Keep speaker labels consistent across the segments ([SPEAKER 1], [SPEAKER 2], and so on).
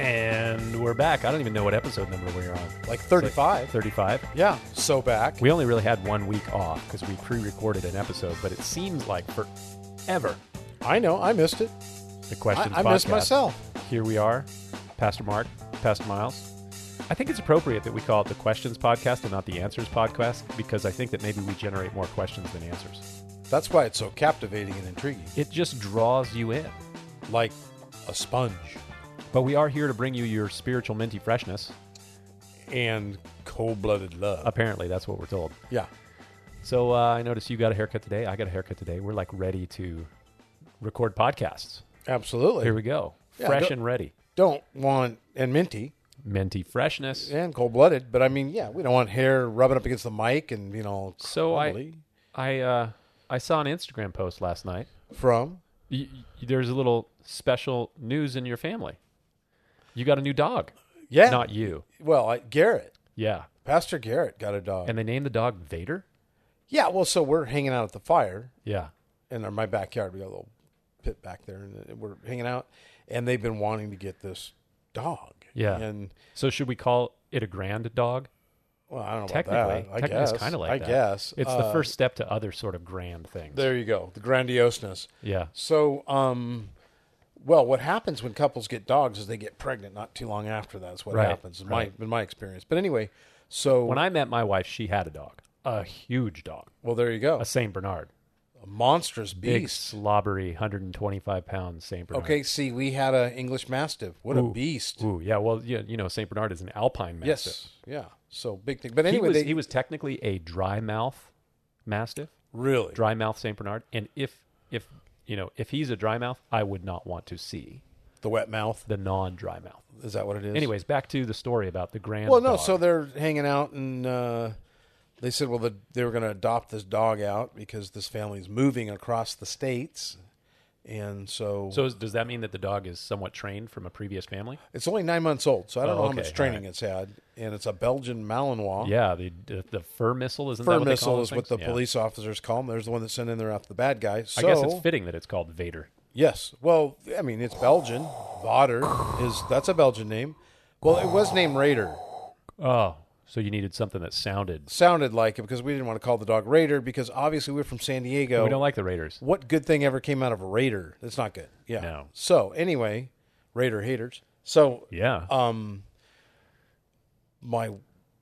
[SPEAKER 1] And we're back. I don't even know what episode number we're on.
[SPEAKER 2] Like 35.
[SPEAKER 1] 35.
[SPEAKER 2] yeah, so back.
[SPEAKER 1] We only really had one week off because we pre recorded an episode, but it seems like forever.
[SPEAKER 2] I know, I missed it.
[SPEAKER 1] The questions
[SPEAKER 2] I, I missed
[SPEAKER 1] Podcast.
[SPEAKER 2] myself.
[SPEAKER 1] Here we are, Pastor Mark, Pastor Miles. I think it's appropriate that we call it the Questions Podcast and not the Answers Podcast because I think that maybe we generate more questions than answers.
[SPEAKER 2] That's why it's so captivating and intriguing,
[SPEAKER 1] It just draws you in.
[SPEAKER 2] like a sponge.
[SPEAKER 1] But we are here to bring you your spiritual minty freshness.
[SPEAKER 2] And cold blooded love.
[SPEAKER 1] Apparently, that's what we're told.
[SPEAKER 2] yeah.
[SPEAKER 1] So uh, I noticed you got a haircut today. I got a haircut today. We're like ready to record podcasts.
[SPEAKER 2] Absolutely.
[SPEAKER 1] Here we go,
[SPEAKER 2] Yeah,
[SPEAKER 1] fresh
[SPEAKER 2] go-
[SPEAKER 1] and ready.
[SPEAKER 2] don't want and minty
[SPEAKER 1] Minty freshness.
[SPEAKER 2] and cold blooded, but I mean, yeah, we don't want hair rubbing up against the mic and you know.
[SPEAKER 1] So I-
[SPEAKER 2] crumbly.
[SPEAKER 1] I uh, I saw an Instagram post last night.
[SPEAKER 2] from
[SPEAKER 1] Y- y- there's a little special news in your family. You got a new dog.
[SPEAKER 2] yeah,
[SPEAKER 1] Not you.
[SPEAKER 2] well, I, Garrett,
[SPEAKER 1] Yeah.
[SPEAKER 2] Pastor Garrett got a dog.
[SPEAKER 1] And they named the dog Vader.
[SPEAKER 2] yeah, well, so we're hanging out at the fire
[SPEAKER 1] Yeah.
[SPEAKER 2] in our, my backyard. We got a little pit back there, and uh, we're hanging out. And they've been wanting to get this dog.
[SPEAKER 1] Yeah.
[SPEAKER 2] and
[SPEAKER 1] So should we call it a grand dog?
[SPEAKER 2] well, I don't know about
[SPEAKER 1] Technically,
[SPEAKER 2] that. I
[SPEAKER 1] technically
[SPEAKER 2] guess
[SPEAKER 1] it's kind of like
[SPEAKER 2] I
[SPEAKER 1] that.
[SPEAKER 2] guess
[SPEAKER 1] it's the
[SPEAKER 2] Uh,
[SPEAKER 1] first step to other sort of grand things.
[SPEAKER 2] There you go, the grandioseness.
[SPEAKER 1] Yeah.
[SPEAKER 2] So, um, well, what happens when couples get dogs is they get pregnant not too long after. That's what
[SPEAKER 1] Right,
[SPEAKER 2] happens in
[SPEAKER 1] right.
[SPEAKER 2] my in my experience. But anyway, so
[SPEAKER 1] When I met my wife, she had a dog, a huge dog,
[SPEAKER 2] well, there you go,
[SPEAKER 1] a Saint Bernard,
[SPEAKER 2] a monstrous
[SPEAKER 1] big
[SPEAKER 2] beast.
[SPEAKER 1] slobbery, 125 pound Saint Bernard.
[SPEAKER 2] Okay, see, we had a English Mastiff. What a beast!
[SPEAKER 1] Ooh, yeah. Well, yeah, you know, Saint Bernard is an alpine mastiff.
[SPEAKER 2] Yes, yeah. So big thing. But
[SPEAKER 1] He
[SPEAKER 2] anyway,
[SPEAKER 1] was
[SPEAKER 2] they,
[SPEAKER 1] he was technically a dry mouth mastiff,
[SPEAKER 2] really
[SPEAKER 1] dry mouth Saint Bernard, and if if you know if he's a dry mouth, I would not want to see
[SPEAKER 2] the wet mouth.
[SPEAKER 1] the non-dry mouth.
[SPEAKER 2] Is that what it is?
[SPEAKER 1] Anyways, back to the story about the grand.
[SPEAKER 2] Well, no.
[SPEAKER 1] dog.
[SPEAKER 2] So they're hanging out, and uh, they said, well, the, they were going to adopt this dog out because this family's moving across the states, and so,
[SPEAKER 1] So is, does that mean that the dog is somewhat trained from a previous family?
[SPEAKER 2] it's only nine months old. So I don't
[SPEAKER 1] Oh,
[SPEAKER 2] know
[SPEAKER 1] okay,
[SPEAKER 2] how much training it's had, and it's a Belgian Malinois.
[SPEAKER 1] Yeah, the the, the fur missile isn't that
[SPEAKER 2] Fur
[SPEAKER 1] what they call
[SPEAKER 2] missile
[SPEAKER 1] those
[SPEAKER 2] is what the
[SPEAKER 1] things? Yeah.
[SPEAKER 2] police officers call them. There's the one that sent in there after the bad guy. So,
[SPEAKER 1] I guess it's fitting that it's called Vader.
[SPEAKER 2] Yes. Well, I mean, it's Belgian. Vader is that's a Belgian name. Well, it was named Raider.
[SPEAKER 1] Oh, so you needed something that sounded.
[SPEAKER 2] Sounded like it because we didn't want to call the dog Raider because obviously we're from San Diego.
[SPEAKER 1] We don't like the Raiders.
[SPEAKER 2] what good thing ever came out of Raider? That's not good. Yeah.
[SPEAKER 1] No.
[SPEAKER 2] So anyway, Raider haters. So
[SPEAKER 1] Yeah.
[SPEAKER 2] um, my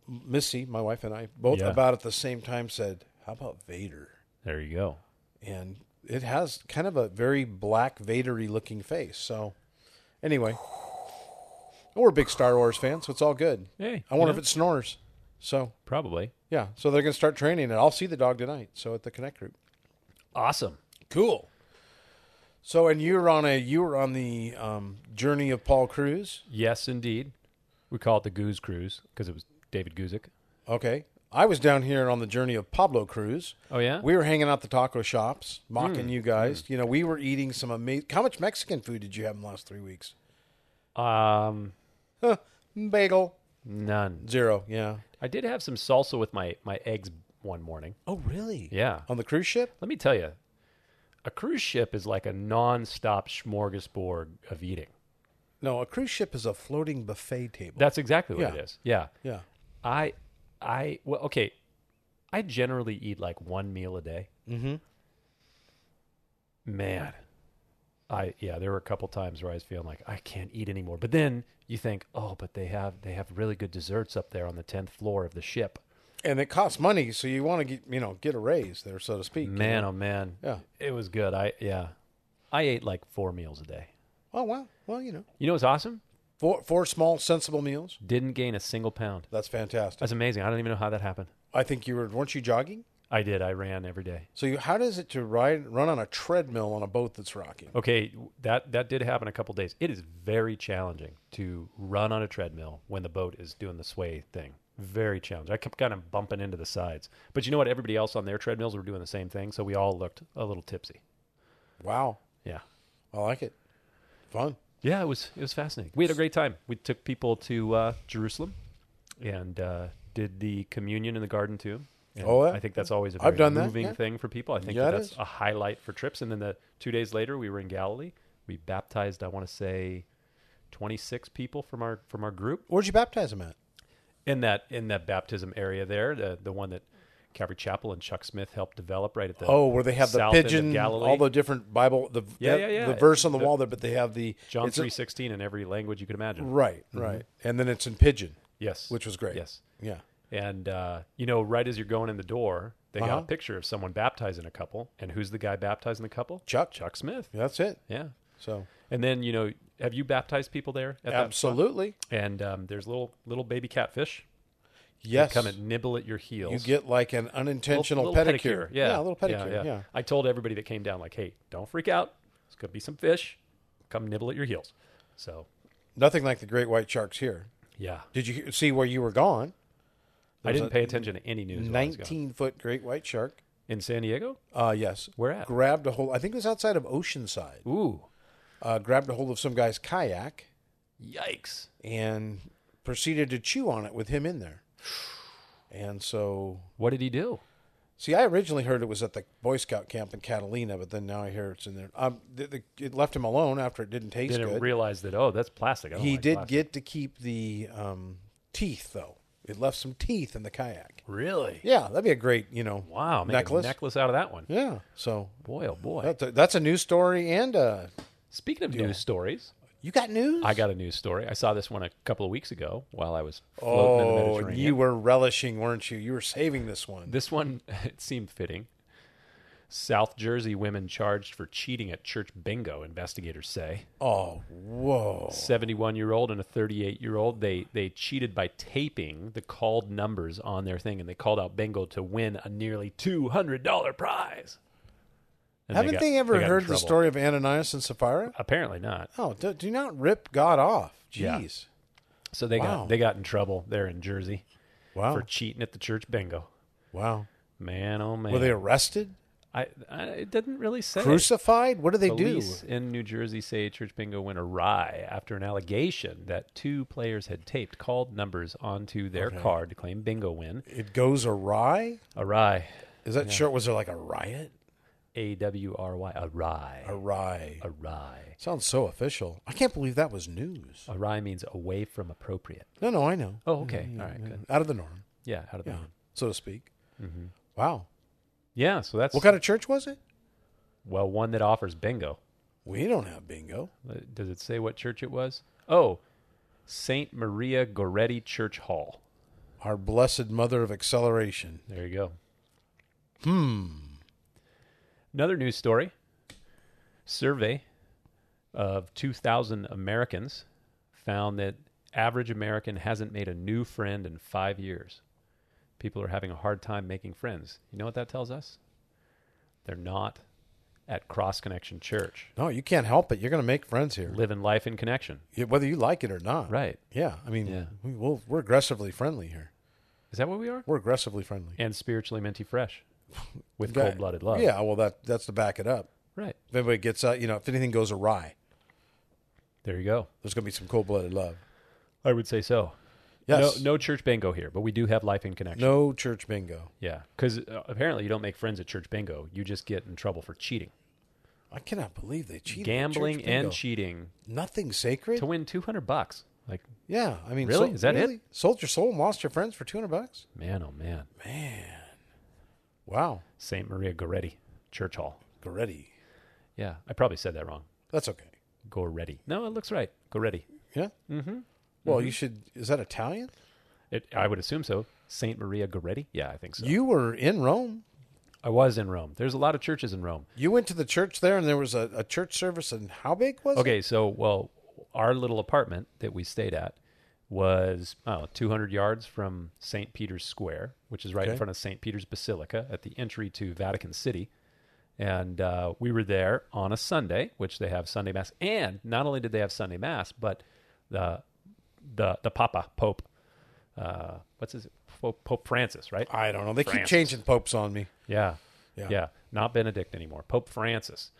[SPEAKER 2] Missy, my wife and I both
[SPEAKER 1] Yeah.
[SPEAKER 2] about at the same time said, "How about Vader?"
[SPEAKER 1] there you go.
[SPEAKER 2] And it has kind of a very black Vadery looking face. So anyway, we're big Star Wars fans, so it's all good.
[SPEAKER 1] Hey,
[SPEAKER 2] I
[SPEAKER 1] you
[SPEAKER 2] wonder
[SPEAKER 1] know.
[SPEAKER 2] if it snores. So
[SPEAKER 1] Probably.
[SPEAKER 2] yeah, so they're gonna start training, and I'll see the dog tonight. So at the Connect group.
[SPEAKER 1] Awesome.
[SPEAKER 2] Cool. So, and you were on a you were on the um, journey of Paul Cruz.
[SPEAKER 1] Yes, indeed. We call it the Goose Cruise because it was David Guzik.
[SPEAKER 2] Okay, I was down here on the journey of Pablo Cruz.
[SPEAKER 1] Oh yeah. Hmm.
[SPEAKER 2] We were hanging out the taco shops, mocking you guys. You know, we were eating some amazing. How much Mexican food did you have in the last three weeks?
[SPEAKER 1] um,
[SPEAKER 2] Huh, bagel
[SPEAKER 1] none.
[SPEAKER 2] zero. Yeah.
[SPEAKER 1] I did have some salsa with my my eggs one morning.
[SPEAKER 2] Oh, really?
[SPEAKER 1] Yeah.
[SPEAKER 2] On the cruise ship?
[SPEAKER 1] Let me tell you, a cruise ship is like a nonstop smorgasbord of eating.
[SPEAKER 2] No, a cruise ship is a floating buffet table.
[SPEAKER 1] That's exactly what
[SPEAKER 2] Yeah.
[SPEAKER 1] it is. Yeah.
[SPEAKER 2] yeah.
[SPEAKER 1] I I well okay. I generally eat like one meal a day.
[SPEAKER 2] Mhm.
[SPEAKER 1] Man. I yeah, there were a couple times where I was feeling like I can't eat anymore. But then you think, "Oh, but they have they have really good desserts up there on the 10th floor of the ship."
[SPEAKER 2] And it costs money, so you want to get you know get a raise there, so to speak.
[SPEAKER 1] Man, oh man.
[SPEAKER 2] Yeah.
[SPEAKER 1] It was good. I yeah. I ate like 4 meals a day.
[SPEAKER 2] Oh well, well you know
[SPEAKER 1] You know what's awesome?
[SPEAKER 2] four four small sensible meals.
[SPEAKER 1] Didn't gain a single pound.
[SPEAKER 2] That's fantastic.
[SPEAKER 1] That's amazing. I don't even know how that happened.
[SPEAKER 2] I think you were weren't you jogging?
[SPEAKER 1] I did. I ran every day.
[SPEAKER 2] So you, how does it to ride run on a treadmill on a boat that's rocking?
[SPEAKER 1] Okay, w- that that did happen a couple days. It is very challenging to run on a treadmill when the boat is doing the sway thing. Very challenging. I kept kind of bumping into the sides. But you know what? Everybody else on their treadmills were doing the same thing, so we all looked a little tipsy.
[SPEAKER 2] Wow,
[SPEAKER 1] Yeah.
[SPEAKER 2] I like it. Fun.
[SPEAKER 1] Yeah, it was it was fascinating. We had a great time. We took people to uh, Jerusalem and uh, did the communion in the garden too. And
[SPEAKER 2] Oh, yeah.
[SPEAKER 1] I think that's always a very
[SPEAKER 2] I've done that,
[SPEAKER 1] moving
[SPEAKER 2] yeah.
[SPEAKER 1] thing for people. I think
[SPEAKER 2] Yeah,
[SPEAKER 1] that
[SPEAKER 2] it
[SPEAKER 1] that's
[SPEAKER 2] is.
[SPEAKER 1] a highlight for trips. And then the two days later, we were in Galilee. We baptized, I want to say, 26 people from our from our group
[SPEAKER 2] Where'd you baptize him at?
[SPEAKER 1] in that in that baptism area there, the the one that Calvary Chapel and Chuck Smith helped develop right at the
[SPEAKER 2] Oh, where they have the
[SPEAKER 1] south end of
[SPEAKER 2] pigeon,
[SPEAKER 1] Galilee.
[SPEAKER 2] all the different Bible, the
[SPEAKER 1] Yeah,
[SPEAKER 2] the,
[SPEAKER 1] yeah, yeah.
[SPEAKER 2] the verse on the
[SPEAKER 1] The-
[SPEAKER 2] wall there, but they have the
[SPEAKER 1] John
[SPEAKER 2] it's a-
[SPEAKER 1] three Mm-hmm. sixteen in every language you could imagine.
[SPEAKER 2] right, right, and then it's in pigeon,
[SPEAKER 1] Yes,
[SPEAKER 2] which was great.
[SPEAKER 1] Yes,
[SPEAKER 2] yeah,
[SPEAKER 1] and uh, you know, right as you're going in the door, they
[SPEAKER 2] Uh-huh.
[SPEAKER 1] got a picture of someone baptizing a couple, and who's the guy baptizing the couple?
[SPEAKER 2] Chuck,
[SPEAKER 1] Chuck Smith.
[SPEAKER 2] that's it.
[SPEAKER 1] Yeah,
[SPEAKER 2] So
[SPEAKER 1] and then you know, have you baptized people there? At that-
[SPEAKER 2] absolutely,
[SPEAKER 1] and um, there's little little baby catfish. They
[SPEAKER 2] yes,
[SPEAKER 1] come and nibble at your heels.
[SPEAKER 2] you get like an unintentional
[SPEAKER 1] Little- little
[SPEAKER 2] pedicure.
[SPEAKER 1] Yeah.
[SPEAKER 2] a little pedicure. Yeah,
[SPEAKER 1] I told everybody that came down, like, hey, don't freak out. It's going to be some fish. Come nibble at your heels. So,
[SPEAKER 2] nothing like the great white sharks here.
[SPEAKER 1] yeah.
[SPEAKER 2] Did you see where you were gone?
[SPEAKER 1] I
[SPEAKER 2] was
[SPEAKER 1] didn't
[SPEAKER 2] a
[SPEAKER 1] pay attention to any news. while I was gone.
[SPEAKER 2] Nineteen foot great white shark.
[SPEAKER 1] In San Diego?
[SPEAKER 2] Uh, yes,
[SPEAKER 1] Where at?
[SPEAKER 2] grabbed a hold. I think it was outside of Oceanside.
[SPEAKER 1] Ooh,
[SPEAKER 2] Uh, grabbed a hold of some guy's kayak
[SPEAKER 1] yikes.
[SPEAKER 2] and proceeded to chew on it with him in there. And so,
[SPEAKER 1] What did he do?
[SPEAKER 2] see, I originally heard it was at the Boy Scout camp in Catalina, but then now I hear it's in there. Um, the, the, it left him alone after it didn't taste
[SPEAKER 1] Didn't
[SPEAKER 2] good.
[SPEAKER 1] realize that, oh, that's plastic. I don't
[SPEAKER 2] he
[SPEAKER 1] like
[SPEAKER 2] did
[SPEAKER 1] plastic.
[SPEAKER 2] get to keep the um, teeth, though. It left some teeth in the kayak.
[SPEAKER 1] Really?
[SPEAKER 2] Yeah, that'd be a great, you know,
[SPEAKER 1] Wow. Make
[SPEAKER 2] necklace.
[SPEAKER 1] A necklace out of that one.
[SPEAKER 2] yeah. So
[SPEAKER 1] Boy, oh, boy.
[SPEAKER 2] that's a, that's a news story, and uh,
[SPEAKER 1] Speaking of news stories,
[SPEAKER 2] you got news.
[SPEAKER 1] I got a news story. I saw this one a couple of weeks ago while I was floating in the
[SPEAKER 2] Oh,
[SPEAKER 1] Mediterranean.
[SPEAKER 2] and you were relishing, weren't you? You were saving this one.
[SPEAKER 1] This one it seemed fitting. South Jersey women charged for cheating at church bingo, investigators say.
[SPEAKER 2] oh, whoa.
[SPEAKER 1] 71 year old and a 38 year old, they, they cheated by taping the called numbers on their thing and they called out bingo to win a nearly $200 prize. And
[SPEAKER 2] Haven't
[SPEAKER 1] got-
[SPEAKER 2] they ever
[SPEAKER 1] got in
[SPEAKER 2] heard the
[SPEAKER 1] trouble.
[SPEAKER 2] story of Ananias and Sapphira?
[SPEAKER 1] Apparently not.
[SPEAKER 2] Oh, do, do not rip God off.
[SPEAKER 1] Yeah.
[SPEAKER 2] Jeez.
[SPEAKER 1] So they
[SPEAKER 2] Wow.
[SPEAKER 1] got they got in trouble there in Jersey
[SPEAKER 2] Wow.
[SPEAKER 1] for cheating at the church bingo.
[SPEAKER 2] wow.
[SPEAKER 1] Man, oh man.
[SPEAKER 2] Were they arrested?
[SPEAKER 1] I, I it doesn't really say.
[SPEAKER 2] Crucified? What do they
[SPEAKER 1] Police
[SPEAKER 2] do?
[SPEAKER 1] in New Jersey say church bingo went awry after an allegation that two players had taped called numbers onto their card to claim bingo win.
[SPEAKER 2] It goes awry?
[SPEAKER 1] Awry.
[SPEAKER 2] Is that sure? Was there like a riot?
[SPEAKER 1] A W R Y. Awry.
[SPEAKER 2] Awry.
[SPEAKER 1] Awry.
[SPEAKER 2] Sounds so official. I can't believe that was news.
[SPEAKER 1] Awry means away from appropriate.
[SPEAKER 2] No, no, I know.
[SPEAKER 1] Oh, okay. All right. Good.
[SPEAKER 2] Out of the norm,
[SPEAKER 1] Yeah. Mm-hmm. Out of the
[SPEAKER 2] Hmm, yeah,
[SPEAKER 1] norm.
[SPEAKER 2] so to speak. Wow.
[SPEAKER 1] Yeah. So that's
[SPEAKER 2] What kind of church was it?
[SPEAKER 1] well one that offers bingo.
[SPEAKER 2] We don't have bingo.
[SPEAKER 1] Uh, Does it say what church it was? Oh, Saint Maria Goretti Church Hall.
[SPEAKER 2] Our blessed mother of acceleration.
[SPEAKER 1] There you go. Hmm. Another news story. Survey of 2,000 Americans found that average American hasn't made a new friend in five years. People are having a hard time making friends. You know what that tells us? They're not at Cross Connection Church,
[SPEAKER 2] No, you can't help it. You're going to make friends here,
[SPEAKER 1] living life in connection.
[SPEAKER 2] Yeah, whether you like it or not.
[SPEAKER 1] Right.
[SPEAKER 2] Yeah. I mean,
[SPEAKER 1] Yeah.
[SPEAKER 2] we, we'll, we're aggressively friendly here.
[SPEAKER 1] Is that what we are?
[SPEAKER 2] We're aggressively friendly.
[SPEAKER 1] And spiritually minty fresh with
[SPEAKER 2] Yeah.
[SPEAKER 1] cold blooded love.
[SPEAKER 2] Yeah, well, that that's to back it up.
[SPEAKER 1] Right.
[SPEAKER 2] If anybody gets out, you know, if anything goes awry,
[SPEAKER 1] There you go.
[SPEAKER 2] there's going to be some cold blooded love.
[SPEAKER 1] I would say so.
[SPEAKER 2] Yes.
[SPEAKER 1] No, no church bingo here, but we do have life in connection.
[SPEAKER 2] No church bingo.
[SPEAKER 1] Yeah, because apparently you don't make friends at church bingo. You just get in trouble for cheating,
[SPEAKER 2] I cannot believe they cheated. at church
[SPEAKER 1] gambling,
[SPEAKER 2] bingo.
[SPEAKER 1] and cheating
[SPEAKER 2] Nothing sacred.
[SPEAKER 1] to win two hundred bucks. Like,
[SPEAKER 2] yeah, I mean,
[SPEAKER 1] Really?
[SPEAKER 2] so-
[SPEAKER 1] Is that it?
[SPEAKER 2] really? Sold your soul and lost your friends for two hundred bucks.
[SPEAKER 1] man, oh man,
[SPEAKER 2] Wow,
[SPEAKER 1] Saint Maria Goretti Church Hall.
[SPEAKER 2] Goretti.
[SPEAKER 1] Yeah, I probably said that wrong.
[SPEAKER 2] That's okay.
[SPEAKER 1] Goretti. No, it looks right. Goretti.
[SPEAKER 2] Yeah. Mm-hmm. Well, you should. Is that Italian?
[SPEAKER 1] It, I would assume so. Saint Maria Goretti. Yeah, I think so.
[SPEAKER 2] You were in Rome.
[SPEAKER 1] I was in Rome. There's a lot of churches in Rome.
[SPEAKER 2] You went to the church there, and there was a, a church service. And how big was it?
[SPEAKER 1] Okay, so well, our little apartment that we stayed at was oh, 200 yards from St. Peter's Square, which is right in
[SPEAKER 2] Okay.
[SPEAKER 1] front of St. Peter's Basilica at the entry to Vatican City. And uh, we were there on a Sunday, which they have Sunday Mass. And not only did they have Sunday Mass, but the the the Papa Pope, uh, what's his Pope, Pope Francis, right?
[SPEAKER 2] I don't know. They keep
[SPEAKER 1] France.
[SPEAKER 2] changing popes on me.
[SPEAKER 1] Yeah,
[SPEAKER 2] Ah. Yeah.
[SPEAKER 1] yeah, Not Benedict anymore. Pope Francis.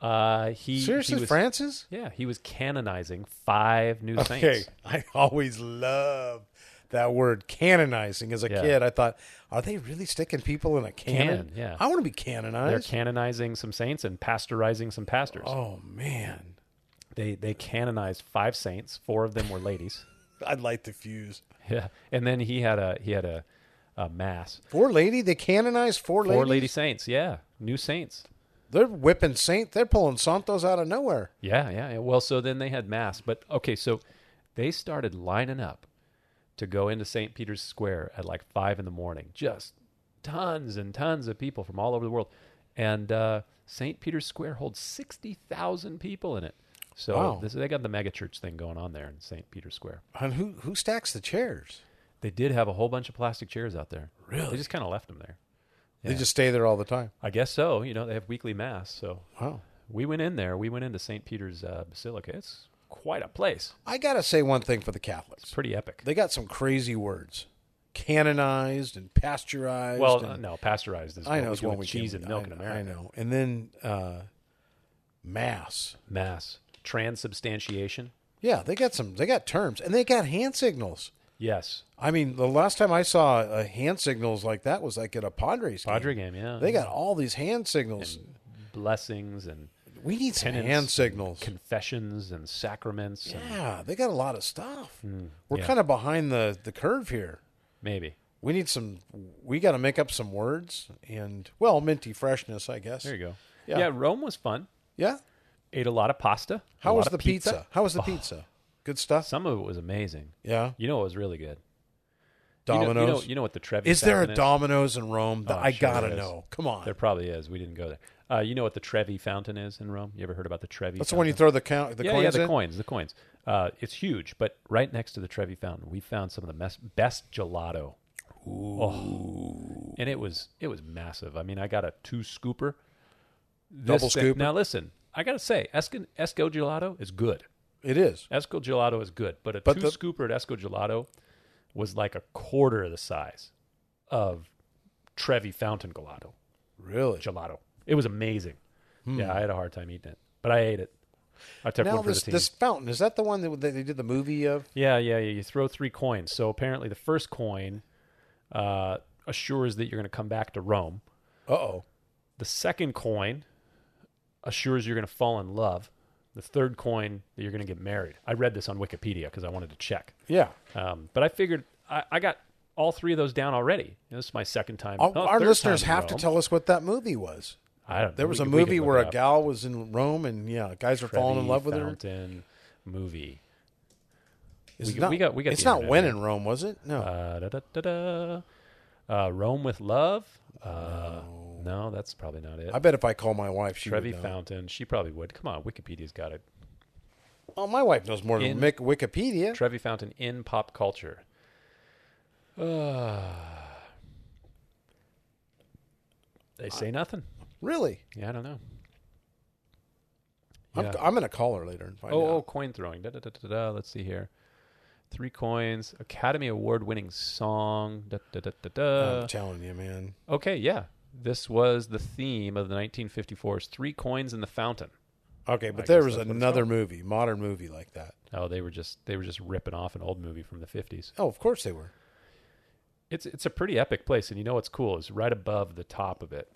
[SPEAKER 1] Uh, he he
[SPEAKER 2] Seriously,
[SPEAKER 1] was-
[SPEAKER 2] Francis?
[SPEAKER 1] yeah, he was canonizing five new saints.
[SPEAKER 2] I always love that word canonizing. As a
[SPEAKER 1] Yeah.
[SPEAKER 2] kid, I thought, are they really sticking people in a canon?
[SPEAKER 1] Canon, yeah.
[SPEAKER 2] I want to be
[SPEAKER 1] They're
[SPEAKER 2] canonized.
[SPEAKER 1] canonizing some saints and pasteurizing some pastors.
[SPEAKER 2] oh man,
[SPEAKER 1] They they canonized five saints. Four of them were ladies.
[SPEAKER 2] I'd light the fuse.
[SPEAKER 1] yeah, and then he had a he had a, a mass.
[SPEAKER 2] Four lady, they canonized four ladies.
[SPEAKER 1] Four lady saints. Yeah, new saints.
[SPEAKER 2] They're whipping saint. They're pulling santos out of nowhere.
[SPEAKER 1] Yeah, yeah, yeah. Well, so then they had mass, but okay, so they started lining up to go into St. Peter's Square at like five in the morning. Just tons and tons of people from all over the world, and uh, St. Peter's Square holds sixty thousand people in it. So
[SPEAKER 2] Wow.
[SPEAKER 1] this, they got the megachurch thing going on there in St. Peter's Square.
[SPEAKER 2] And who who stacks the chairs?
[SPEAKER 1] They did have a whole bunch of plastic chairs out there. They
[SPEAKER 2] Really?
[SPEAKER 1] just kind of left them there.
[SPEAKER 2] They
[SPEAKER 1] Yeah.
[SPEAKER 2] just stay there all the time.
[SPEAKER 1] I guess so. You know, they have weekly mass. So
[SPEAKER 2] Wow.
[SPEAKER 1] we went in there. We went into St. Peter's uh, Basilica. It's quite a place.
[SPEAKER 2] I gotta say one thing for the
[SPEAKER 1] It's
[SPEAKER 2] Catholics.
[SPEAKER 1] pretty epic.
[SPEAKER 2] They got some crazy words, canonized and pasteurized.
[SPEAKER 1] Well,
[SPEAKER 2] and-
[SPEAKER 1] uh, no, pasteurized is what
[SPEAKER 2] I know
[SPEAKER 1] we
[SPEAKER 2] it's
[SPEAKER 1] do
[SPEAKER 2] one
[SPEAKER 1] with
[SPEAKER 2] we
[SPEAKER 1] cheese
[SPEAKER 2] can't-
[SPEAKER 1] and milk
[SPEAKER 2] I
[SPEAKER 1] in
[SPEAKER 2] know,
[SPEAKER 1] America.
[SPEAKER 2] I know. And then uh, mass.
[SPEAKER 1] Mass transubstantiation.
[SPEAKER 2] Yeah, they got some. They got terms, and they got hand signals.
[SPEAKER 1] Yes,
[SPEAKER 2] I mean, the last time I saw uh, hand signals like that was like at a Padres. game.
[SPEAKER 1] Padre game. Yeah,
[SPEAKER 2] They got all these hand signals.
[SPEAKER 1] blessings and
[SPEAKER 2] we need some
[SPEAKER 1] penance
[SPEAKER 2] hand
[SPEAKER 1] and
[SPEAKER 2] signals.
[SPEAKER 1] confessions and sacraments. and- Hmm. Mm,
[SPEAKER 2] yeah, they got a lot of stuff. We're
[SPEAKER 1] yeah.
[SPEAKER 2] kind of behind the the curve here.
[SPEAKER 1] maybe
[SPEAKER 2] We need some. We got to make up some words and well, minty freshness, I guess.
[SPEAKER 1] there you go.
[SPEAKER 2] Yeah.
[SPEAKER 1] Yeah. Rome was fun.
[SPEAKER 2] Yeah.
[SPEAKER 1] Ate a lot of pasta. a
[SPEAKER 2] How
[SPEAKER 1] lot
[SPEAKER 2] was
[SPEAKER 1] of
[SPEAKER 2] the pizza? How was the pizza? Good stuff.
[SPEAKER 1] Some of it was amazing.
[SPEAKER 2] Yeah.
[SPEAKER 1] You know, it was really good. You know-
[SPEAKER 2] Domino's.
[SPEAKER 1] You know, you know, what the Trevi
[SPEAKER 2] is there a
[SPEAKER 1] fountain
[SPEAKER 2] Domino's in Rome? That
[SPEAKER 1] Oh,
[SPEAKER 2] I
[SPEAKER 1] sure
[SPEAKER 2] gotta
[SPEAKER 1] there is.
[SPEAKER 2] know. Come on.
[SPEAKER 1] There probably is. We didn't go there. Uh, you know what the Trevi fountain is in Rome? You ever heard about the Trevi?
[SPEAKER 2] That's the
[SPEAKER 1] fountain?
[SPEAKER 2] one you throw the count the
[SPEAKER 1] yeah,
[SPEAKER 2] coins
[SPEAKER 1] yeah, the
[SPEAKER 2] in?
[SPEAKER 1] coins, the coins. Uh, it's huge, but right next to the Trevi Fountain, we found some of the mes- best gelato. Oh. And it was it was massive. I mean, I got a two scooper, This
[SPEAKER 2] Double
[SPEAKER 1] thing-
[SPEAKER 2] scooper?
[SPEAKER 1] Now listen, I gotta say, Esco, Esco Gelato is good.
[SPEAKER 2] It is.
[SPEAKER 1] Esco Gelato is good, but a
[SPEAKER 2] But
[SPEAKER 1] two
[SPEAKER 2] the-
[SPEAKER 1] scooper at Esco Gelato was like a quarter of the size of Trevi Fountain Gelato.
[SPEAKER 2] Really?
[SPEAKER 1] Gelato. It was amazing. Yeah, I had a hard time eating it, but I ate it. I took
[SPEAKER 2] Hmm. Now
[SPEAKER 1] one for
[SPEAKER 2] this
[SPEAKER 1] the team.
[SPEAKER 2] this fountain is that the one that that they did the movie of?
[SPEAKER 1] Yeah, yeah, yeah. You throw three coins. So apparently, the first coin uh, assures that you're going to come back to Rome.
[SPEAKER 2] Uh oh.
[SPEAKER 1] The second coin assures you're going to fall in love. The third coin that you're going to get married. I read this on Wikipedia because I wanted to check.
[SPEAKER 2] Yeah.
[SPEAKER 1] Um, but I figured I, I got all three of those down already. This is my second time.
[SPEAKER 2] Our-
[SPEAKER 1] oh,
[SPEAKER 2] Our
[SPEAKER 1] third
[SPEAKER 2] listeners
[SPEAKER 1] time in
[SPEAKER 2] have to
[SPEAKER 1] Rome.
[SPEAKER 2] tell us what that movie was.
[SPEAKER 1] I don't.
[SPEAKER 2] There
[SPEAKER 1] we
[SPEAKER 2] was
[SPEAKER 1] can-
[SPEAKER 2] a
[SPEAKER 1] we can
[SPEAKER 2] movie
[SPEAKER 1] look
[SPEAKER 2] where
[SPEAKER 1] it
[SPEAKER 2] a
[SPEAKER 1] up.
[SPEAKER 2] gal was in Rome, and yeah, guys are falling in
[SPEAKER 1] Trevi
[SPEAKER 2] love with her.
[SPEAKER 1] Fountain movie.
[SPEAKER 2] It's
[SPEAKER 1] We-
[SPEAKER 2] not,
[SPEAKER 1] we got- we got
[SPEAKER 2] It's
[SPEAKER 1] the
[SPEAKER 2] not
[SPEAKER 1] internet
[SPEAKER 2] when
[SPEAKER 1] here.
[SPEAKER 2] in Rome, was it? No.
[SPEAKER 1] Uh, da, da, da, da. Uh, Rome with love. Uh, no. that's probably not it.
[SPEAKER 2] I bet if I call my wife, she
[SPEAKER 1] Trevi
[SPEAKER 2] would know.
[SPEAKER 1] Fountain. She probably would. Come on, Wikipedia's got it.
[SPEAKER 2] Oh, my wife knows more than
[SPEAKER 1] In-
[SPEAKER 2] Mick Wikipedia.
[SPEAKER 1] Trevi Fountain in pop culture. Uh, they say nothing.
[SPEAKER 2] really?
[SPEAKER 1] Yeah, I don't know.
[SPEAKER 2] I'm,
[SPEAKER 1] Yeah.
[SPEAKER 2] I'm going to call her later and find
[SPEAKER 1] Oh, oh,
[SPEAKER 2] out.
[SPEAKER 1] coin throwing. Da, da, da, da, da. Let's see here. Three coins. Academy Award winning song. Da, da, da, da, da.
[SPEAKER 2] I'm telling you, man.
[SPEAKER 1] Okay, yeah. This was the theme of the 1954's Three Coins in the Fountain.
[SPEAKER 2] Okay, but
[SPEAKER 1] guess
[SPEAKER 2] there was
[SPEAKER 1] that's what it's
[SPEAKER 2] another movie, modern movie like that.
[SPEAKER 1] Oh, they were just they were just ripping off an old movie from the 50s.
[SPEAKER 2] Oh, of course they were.
[SPEAKER 1] It's it's a pretty epic place and you know what's cool is right above the top of it.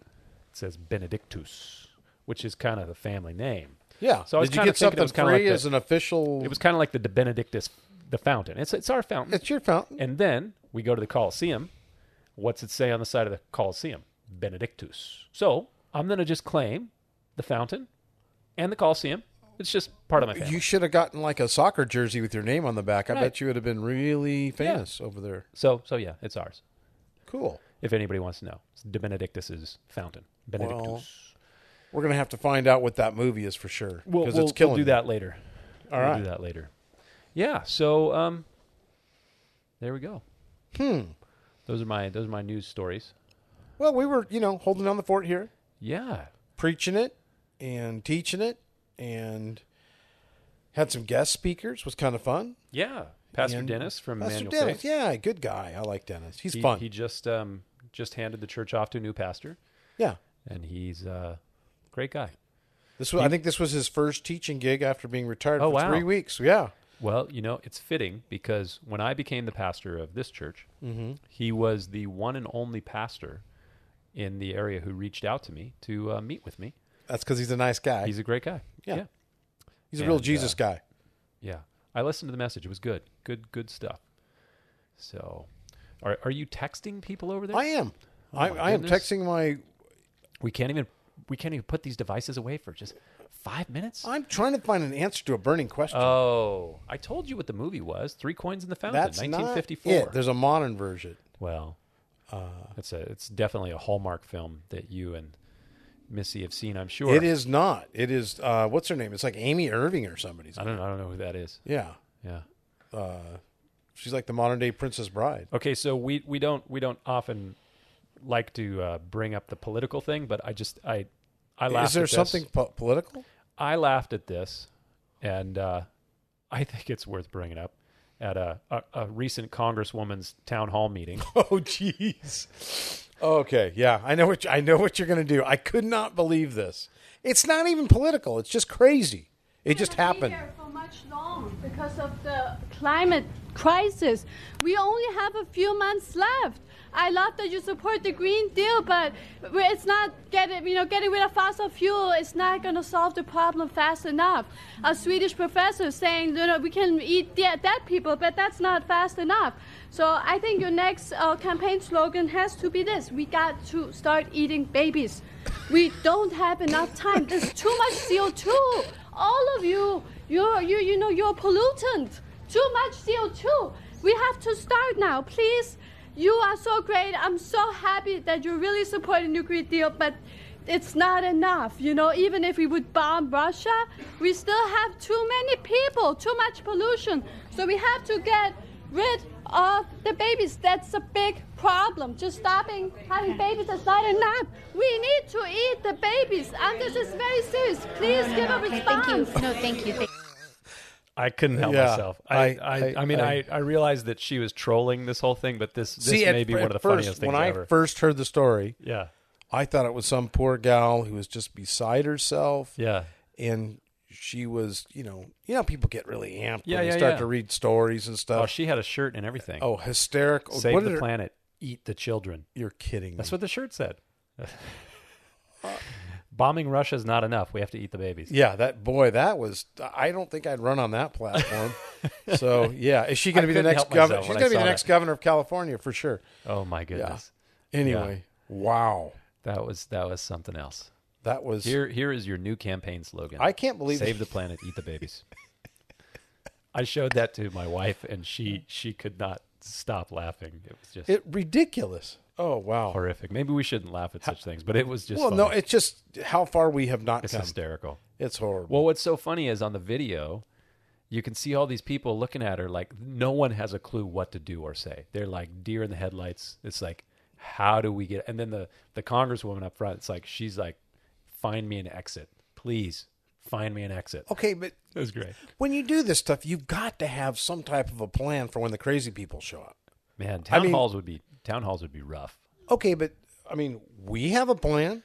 [SPEAKER 1] It says Benedictus, which is kind of the family name.
[SPEAKER 2] Yeah.
[SPEAKER 1] So I was
[SPEAKER 2] Did you
[SPEAKER 1] kinda thinking
[SPEAKER 2] get
[SPEAKER 1] it
[SPEAKER 2] something
[SPEAKER 1] was kinda
[SPEAKER 2] free
[SPEAKER 1] like
[SPEAKER 2] as an official?
[SPEAKER 1] It was kind of like the De Benedictus the fountain. It's it's our fountain.
[SPEAKER 2] It's your fountain.
[SPEAKER 1] and then we go to the Colosseum. What's it say on the side of the Colosseum? Benedictus. So, I'm going to just claim the fountain and the Colosseum. It's just part of my family.
[SPEAKER 2] You should have gotten like a soccer jersey with your name on the back. I
[SPEAKER 1] Right.
[SPEAKER 2] bet you would have been really famous over there.
[SPEAKER 1] So, so yeah, it's ours.
[SPEAKER 2] Cool.
[SPEAKER 1] If anybody wants to know, it's De Benedictus's fountain. Benedictus.
[SPEAKER 2] We're gonna have to find out what that movie is for sure
[SPEAKER 1] We'll,
[SPEAKER 2] because
[SPEAKER 1] we'll-
[SPEAKER 2] it's killing.
[SPEAKER 1] we'll do
[SPEAKER 2] me.
[SPEAKER 1] that later.
[SPEAKER 2] All
[SPEAKER 1] we'll
[SPEAKER 2] right.
[SPEAKER 1] do that later. Yeah. So, um, there we go. Hmm. Those are my those are my news stories.
[SPEAKER 2] Well, we were you know holding down the fort here,
[SPEAKER 1] Yeah.
[SPEAKER 2] preaching it and teaching it, and had some guest speakers. Was kind of fun.
[SPEAKER 1] Yeah. Pastor
[SPEAKER 2] And-
[SPEAKER 1] Dennis from
[SPEAKER 2] Pastor
[SPEAKER 1] Manual
[SPEAKER 2] Dennis,
[SPEAKER 1] Faith.
[SPEAKER 2] yeah, good guy. I like Dennis. He's
[SPEAKER 1] He,
[SPEAKER 2] fun.
[SPEAKER 1] he just um just handed the church off to a new pastor,
[SPEAKER 2] yeah.
[SPEAKER 1] and he's a great guy.
[SPEAKER 2] This was, I think this was his first teaching gig after being retired
[SPEAKER 1] Oh,
[SPEAKER 2] for
[SPEAKER 1] wow.
[SPEAKER 2] three weeks. Yeah.
[SPEAKER 1] Well, you know, it's fitting because when I became the pastor of this church,
[SPEAKER 2] Mm-hmm.
[SPEAKER 1] he was the one and only pastor in the area who reached out to me to uh, meet with me.
[SPEAKER 2] That's because he's a nice guy.
[SPEAKER 1] He's a great guy.
[SPEAKER 2] Yeah. He's a real
[SPEAKER 1] And, uh,
[SPEAKER 2] Jesus guy.
[SPEAKER 1] Yeah. I listened to the message. It was good. Good, good stuff. So, are, are you texting people over there?
[SPEAKER 2] I am. I,
[SPEAKER 1] Oh my
[SPEAKER 2] I am
[SPEAKER 1] goodness.
[SPEAKER 2] texting my.
[SPEAKER 1] we can't even we can't even put these devices away for just five minutes.
[SPEAKER 2] I'm trying to find an answer to a burning question.
[SPEAKER 1] oh, I told you what the movie was: Three Coins in the Fountain,
[SPEAKER 2] That's not
[SPEAKER 1] 1954.
[SPEAKER 2] it. There's a modern version.
[SPEAKER 1] well,
[SPEAKER 2] Uh,
[SPEAKER 1] it's a it's definitely a hallmark film that you and Missy have seen. I'm sure.
[SPEAKER 2] It is not. It is. Uh, what's her name? It's like Amy Irving or somebody's.
[SPEAKER 1] I don't I don't know who that is.
[SPEAKER 2] Yeah.
[SPEAKER 1] Yeah.
[SPEAKER 2] She's like the modern day Princess Bride.
[SPEAKER 1] Okay, so we we don't we don't often like to uh, bring up the political thing, but I just I I laughed.
[SPEAKER 2] Is there
[SPEAKER 1] at this.
[SPEAKER 2] something po- political?
[SPEAKER 1] I laughed at this, and uh, I think it's worth bringing up at a, a, a recent Congresswoman's town hall meeting.
[SPEAKER 2] Oh, jeez. Okay, yeah, I know what you, I know what you're going to do. I could not believe this. It's not even political. It's just crazy. It just
[SPEAKER 3] gonna
[SPEAKER 2] happened.
[SPEAKER 3] Be here for much long because of the climate crisis. We only have a few months left. I love that you support the Green Deal, but it's not getting you know getting rid of fossil fuel is not going to solve the problem fast enough. A Swedish professor saying you know we can eat de- dead people, but that's not fast enough. So I think your next uh, campaign slogan has to be this: We got to start eating babies. We don't have enough time. There's too much CO2 all of you, you're, you, you know, you're pollutant. Too much CO2. We have to start now, please. You are so great. I'm so happy that you're really supporting the Green Deal, but it's not enough. You know, even if we would bomb Russia, we still have too many people, too much pollution. So we have to get rid of the babies. That's a big problem. Just stopping having babies is not enough. We need to eat the babies, and this is very serious. Please give a
[SPEAKER 4] Okay,
[SPEAKER 3] response.
[SPEAKER 4] thank you. No, thank you. Thank-
[SPEAKER 1] I couldn't help
[SPEAKER 2] Yeah,
[SPEAKER 1] myself. I I, I,
[SPEAKER 2] I-
[SPEAKER 1] mean I,
[SPEAKER 2] I-
[SPEAKER 1] I realized that she was trolling this whole thing, but this this may
[SPEAKER 2] at-
[SPEAKER 1] be one
[SPEAKER 2] at
[SPEAKER 1] of the
[SPEAKER 2] first,
[SPEAKER 1] funniest things
[SPEAKER 2] when I
[SPEAKER 1] ever.
[SPEAKER 2] first heard the story,
[SPEAKER 1] yeah,
[SPEAKER 2] I thought it was some poor gal who was just beside herself.
[SPEAKER 1] yeah,
[SPEAKER 2] and she was, you know, you know, how people get really amped
[SPEAKER 1] Yeah,
[SPEAKER 2] when
[SPEAKER 1] yeah,
[SPEAKER 2] they start
[SPEAKER 1] yeah.
[SPEAKER 2] to read stories and
[SPEAKER 1] Oh,
[SPEAKER 2] stuff.
[SPEAKER 1] she had a shirt and everything.
[SPEAKER 2] Oh, hysterical!
[SPEAKER 1] save
[SPEAKER 2] What
[SPEAKER 1] the
[SPEAKER 2] did her-
[SPEAKER 1] planet, eat the children.
[SPEAKER 2] You're kidding.
[SPEAKER 1] That's
[SPEAKER 2] me.
[SPEAKER 1] what the shirt said. Bombing Russia is not enough. We have to eat the babies.
[SPEAKER 2] Yeah, that boy, that was. I don't think I'd run on that platform. so yeah, is she going
[SPEAKER 1] I
[SPEAKER 2] to be the
[SPEAKER 1] couldn't
[SPEAKER 2] next
[SPEAKER 1] help myself
[SPEAKER 2] governor? She's
[SPEAKER 1] when I
[SPEAKER 2] going to be
[SPEAKER 1] saw
[SPEAKER 2] the
[SPEAKER 1] that.
[SPEAKER 2] next governor of California for sure.
[SPEAKER 1] Oh my goodness,
[SPEAKER 2] Anyway, wow,
[SPEAKER 1] that was that was something else.
[SPEAKER 2] that was.
[SPEAKER 1] Here, here is your new campaign slogan.
[SPEAKER 2] I can't believe-
[SPEAKER 1] save the planet, eat the babies. I showed that to my wife, and she she could not stop laughing. It was just
[SPEAKER 2] it ridiculous. Oh wow.
[SPEAKER 1] horrific. Maybe we shouldn't laugh at such things, but it was just
[SPEAKER 2] well,
[SPEAKER 1] funny.
[SPEAKER 2] no, it's just how far we have not
[SPEAKER 1] it's
[SPEAKER 2] come.
[SPEAKER 1] hysterical.
[SPEAKER 2] It's horrible.
[SPEAKER 1] Well, what's so funny is on the video, you can see all these people looking at her like no one has a clue what to do or say. They're like deer in the headlights. It's like, how do we get? And then the the congresswoman up front, it's like she's like, find me an exit, please. Find me an exit.
[SPEAKER 2] okay, but
[SPEAKER 1] It was great.
[SPEAKER 2] when you do this stuff, you've got to have some type of a plan for when the crazy people show up.
[SPEAKER 1] Man, town
[SPEAKER 2] mean-
[SPEAKER 1] halls would be town halls would be rough.
[SPEAKER 2] Okay, but I mean, we have a plan.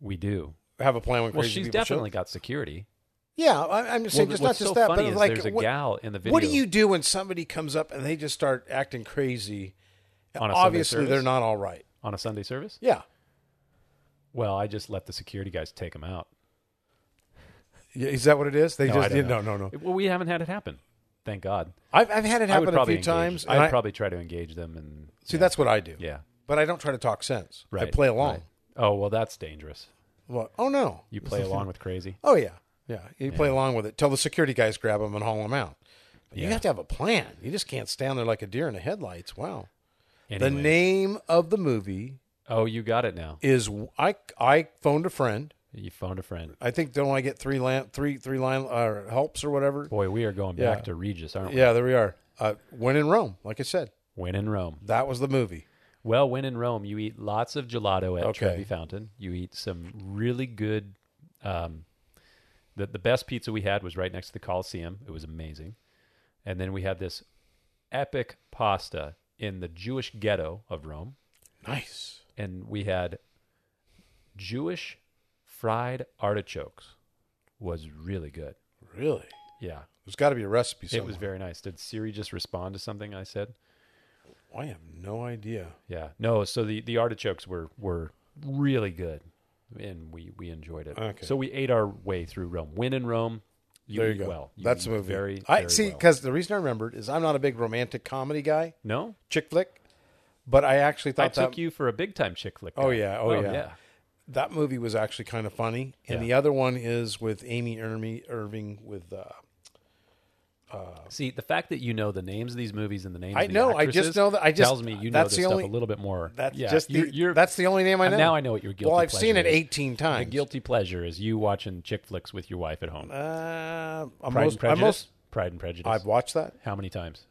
[SPEAKER 1] We do.
[SPEAKER 2] Have a plan when
[SPEAKER 1] Well,
[SPEAKER 2] crazy
[SPEAKER 1] she's
[SPEAKER 2] people
[SPEAKER 1] definitely
[SPEAKER 2] show. up.
[SPEAKER 1] got security.
[SPEAKER 2] Yeah, I, I'm just saying,
[SPEAKER 1] Well,
[SPEAKER 2] just not
[SPEAKER 1] what's
[SPEAKER 2] just
[SPEAKER 1] so
[SPEAKER 2] that,
[SPEAKER 1] funny
[SPEAKER 2] but
[SPEAKER 1] is
[SPEAKER 2] like,
[SPEAKER 1] there's a
[SPEAKER 2] what,
[SPEAKER 1] gal in the video.
[SPEAKER 2] what do you do when somebody comes up and they just start acting crazy?
[SPEAKER 1] On a Sunday
[SPEAKER 2] Obviously, they're
[SPEAKER 1] service?
[SPEAKER 2] not all right.
[SPEAKER 1] on a Sunday service?
[SPEAKER 2] Yeah,
[SPEAKER 1] Well, I just let the security guys take them out.
[SPEAKER 2] Yeah, is that what it is? They
[SPEAKER 1] No, I
[SPEAKER 2] just
[SPEAKER 1] don't
[SPEAKER 2] did
[SPEAKER 1] know.
[SPEAKER 2] no, no, no.
[SPEAKER 1] Well, we haven't had it happen. Thank God.
[SPEAKER 2] I've I've had it
[SPEAKER 1] I would
[SPEAKER 2] happen a
[SPEAKER 1] probably
[SPEAKER 2] few
[SPEAKER 1] engage-
[SPEAKER 2] times.
[SPEAKER 1] I
[SPEAKER 2] and
[SPEAKER 1] would probably try to engage them and
[SPEAKER 2] see that's what I do.
[SPEAKER 1] yeah,
[SPEAKER 2] but I don't try to talk sense.
[SPEAKER 1] right.
[SPEAKER 2] I play along.
[SPEAKER 1] right. Oh well, that's dangerous.
[SPEAKER 2] Well, oh no,
[SPEAKER 1] You play along with crazy.
[SPEAKER 2] Oh yeah, yeah. You play along with it till the security guys grab them and haul them out. But You
[SPEAKER 1] Yeah.
[SPEAKER 2] have to have a plan. You just can't stand there like a deer in the headlights. Wow. The
[SPEAKER 1] Anyway.
[SPEAKER 2] name of the movie
[SPEAKER 1] Oh, you got it now.
[SPEAKER 2] is I I phoned a friend.
[SPEAKER 1] You phoned a friend.
[SPEAKER 2] I think don't I get three land three three line or helps or whatever.
[SPEAKER 1] Boy, we are going
[SPEAKER 2] Yeah.
[SPEAKER 1] back to Regis, aren't we?
[SPEAKER 2] Yeah, there we are. Uh, when in Rome, like I said,
[SPEAKER 1] When in Rome.
[SPEAKER 2] that was the movie.
[SPEAKER 1] Well, when in Rome, you eat lots of gelato at
[SPEAKER 2] Okay.
[SPEAKER 1] Trevi Fountain. You eat some really good. Um, the the best pizza we had was right next to the Coliseum. It was amazing, and then we had this epic pasta in the Jewish ghetto of Rome.
[SPEAKER 2] Nice.
[SPEAKER 1] and we had Jewish fried artichokes was really good.
[SPEAKER 2] Really.
[SPEAKER 1] Yeah.
[SPEAKER 2] There's got to be a recipe somewhere.
[SPEAKER 1] It was very nice. Did Siri just respond to something I said?
[SPEAKER 2] I have no idea.
[SPEAKER 1] Yeah. No, so the, the artichokes were were really good and we we enjoyed it.
[SPEAKER 2] Okay.
[SPEAKER 1] So we ate our way through Rome. When in Rome, You
[SPEAKER 2] there you
[SPEAKER 1] eat
[SPEAKER 2] go.
[SPEAKER 1] well. You
[SPEAKER 2] That's a
[SPEAKER 1] eat
[SPEAKER 2] movie.
[SPEAKER 1] Very,
[SPEAKER 2] I
[SPEAKER 1] very
[SPEAKER 2] see
[SPEAKER 1] well.
[SPEAKER 2] because the reason I remembered is I'm not a big romantic comedy guy,
[SPEAKER 1] no,
[SPEAKER 2] chick flick, but I actually thought
[SPEAKER 1] I took
[SPEAKER 2] that
[SPEAKER 1] you for a big time chick flick.
[SPEAKER 2] Oh,
[SPEAKER 1] guy.
[SPEAKER 2] yeah. Oh, yeah.
[SPEAKER 1] yeah.
[SPEAKER 2] that movie was actually kind of funny, and
[SPEAKER 1] Yeah.
[SPEAKER 2] the other one is with Amy Irmi- Irving with. Uh,
[SPEAKER 1] See, the fact that you know the names of these movies and the names
[SPEAKER 2] I
[SPEAKER 1] of the
[SPEAKER 2] know, I just
[SPEAKER 1] actresses
[SPEAKER 2] know that- I just-
[SPEAKER 1] tells me you know
[SPEAKER 2] that's
[SPEAKER 1] this
[SPEAKER 2] the
[SPEAKER 1] stuff
[SPEAKER 2] only-
[SPEAKER 1] a little bit more.
[SPEAKER 2] that's
[SPEAKER 1] Yeah,
[SPEAKER 2] just the
[SPEAKER 1] you're- you're- Uh,
[SPEAKER 2] that's the only name I know.
[SPEAKER 1] Now I know what your guilty
[SPEAKER 2] Well, I've seen it
[SPEAKER 1] pleasure is.
[SPEAKER 2] 18
[SPEAKER 1] the
[SPEAKER 2] times.
[SPEAKER 1] guilty pleasure is you watching chick flicks with your wife at home.
[SPEAKER 2] Uh,
[SPEAKER 1] Pride
[SPEAKER 2] I'm
[SPEAKER 1] and
[SPEAKER 2] most, I'm
[SPEAKER 1] Prejudice.
[SPEAKER 2] most,
[SPEAKER 1] Pride and Prejudice.
[SPEAKER 2] I've watched that.
[SPEAKER 1] How many times?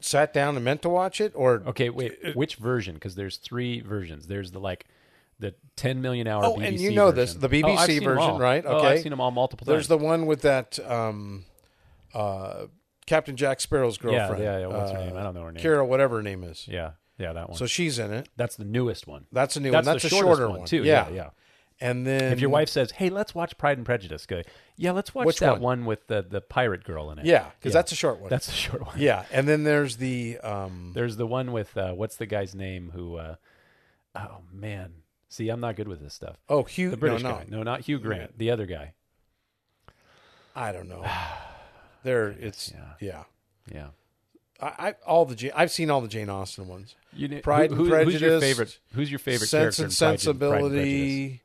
[SPEAKER 2] Sat down and meant to watch it, or
[SPEAKER 1] Okay,
[SPEAKER 2] uh,
[SPEAKER 1] wait. Which version? Because there's three versions. There's the like the 10 million hour.
[SPEAKER 2] Oh,
[SPEAKER 1] BBC
[SPEAKER 2] and you know this,
[SPEAKER 1] version.
[SPEAKER 2] the
[SPEAKER 1] Oh, I've
[SPEAKER 2] BBC
[SPEAKER 1] seen them
[SPEAKER 2] version,
[SPEAKER 1] all.
[SPEAKER 2] right?
[SPEAKER 1] Oh, I've
[SPEAKER 2] Okay.
[SPEAKER 1] seen them all multiple times.
[SPEAKER 2] there's the one with that um, uh, Captain Jack Sparrow's
[SPEAKER 1] yeah,
[SPEAKER 2] girlfriend.
[SPEAKER 1] yeah, yeah. What's her
[SPEAKER 2] uh,
[SPEAKER 1] name? I don't know her name.
[SPEAKER 2] Kira, whatever her name is.
[SPEAKER 1] Yeah, yeah, that one.
[SPEAKER 2] So she's in it.
[SPEAKER 1] that's the newest one.
[SPEAKER 2] That's a new
[SPEAKER 1] That's
[SPEAKER 2] one. That's
[SPEAKER 1] the
[SPEAKER 2] a
[SPEAKER 1] shortest
[SPEAKER 2] shorter
[SPEAKER 1] one, too.
[SPEAKER 2] Yeah.
[SPEAKER 1] Yeah, yeah.
[SPEAKER 2] And then
[SPEAKER 1] If your wife says, "Hey, let's watch Pride and Prejudice," go, "Yeah, let's watch
[SPEAKER 2] Which
[SPEAKER 1] that
[SPEAKER 2] one?
[SPEAKER 1] one? with the the pirate girl in it."
[SPEAKER 2] yeah, because that's a short one.
[SPEAKER 1] that's the short one.
[SPEAKER 2] yeah, and then there's the um,
[SPEAKER 1] There's the one with uh, what's the guy's name who? Uh, oh man, see, I'm not good with this stuff.
[SPEAKER 2] oh Hugh.
[SPEAKER 1] The British
[SPEAKER 2] no, no,
[SPEAKER 1] guy. No, not Hugh Grant. The other guy.
[SPEAKER 2] I don't know. There, it's yeah.
[SPEAKER 1] yeah. Yeah.
[SPEAKER 2] I, I all the Jane, I've seen all the Jane Austen ones.
[SPEAKER 1] You kn-
[SPEAKER 2] Pride and
[SPEAKER 1] Who's your
[SPEAKER 2] Prejudice,
[SPEAKER 1] favorite? Who's your favorite
[SPEAKER 2] Sense
[SPEAKER 1] character
[SPEAKER 2] and
[SPEAKER 1] in Pride and- Pride and Prejudice?
[SPEAKER 2] Sensibility,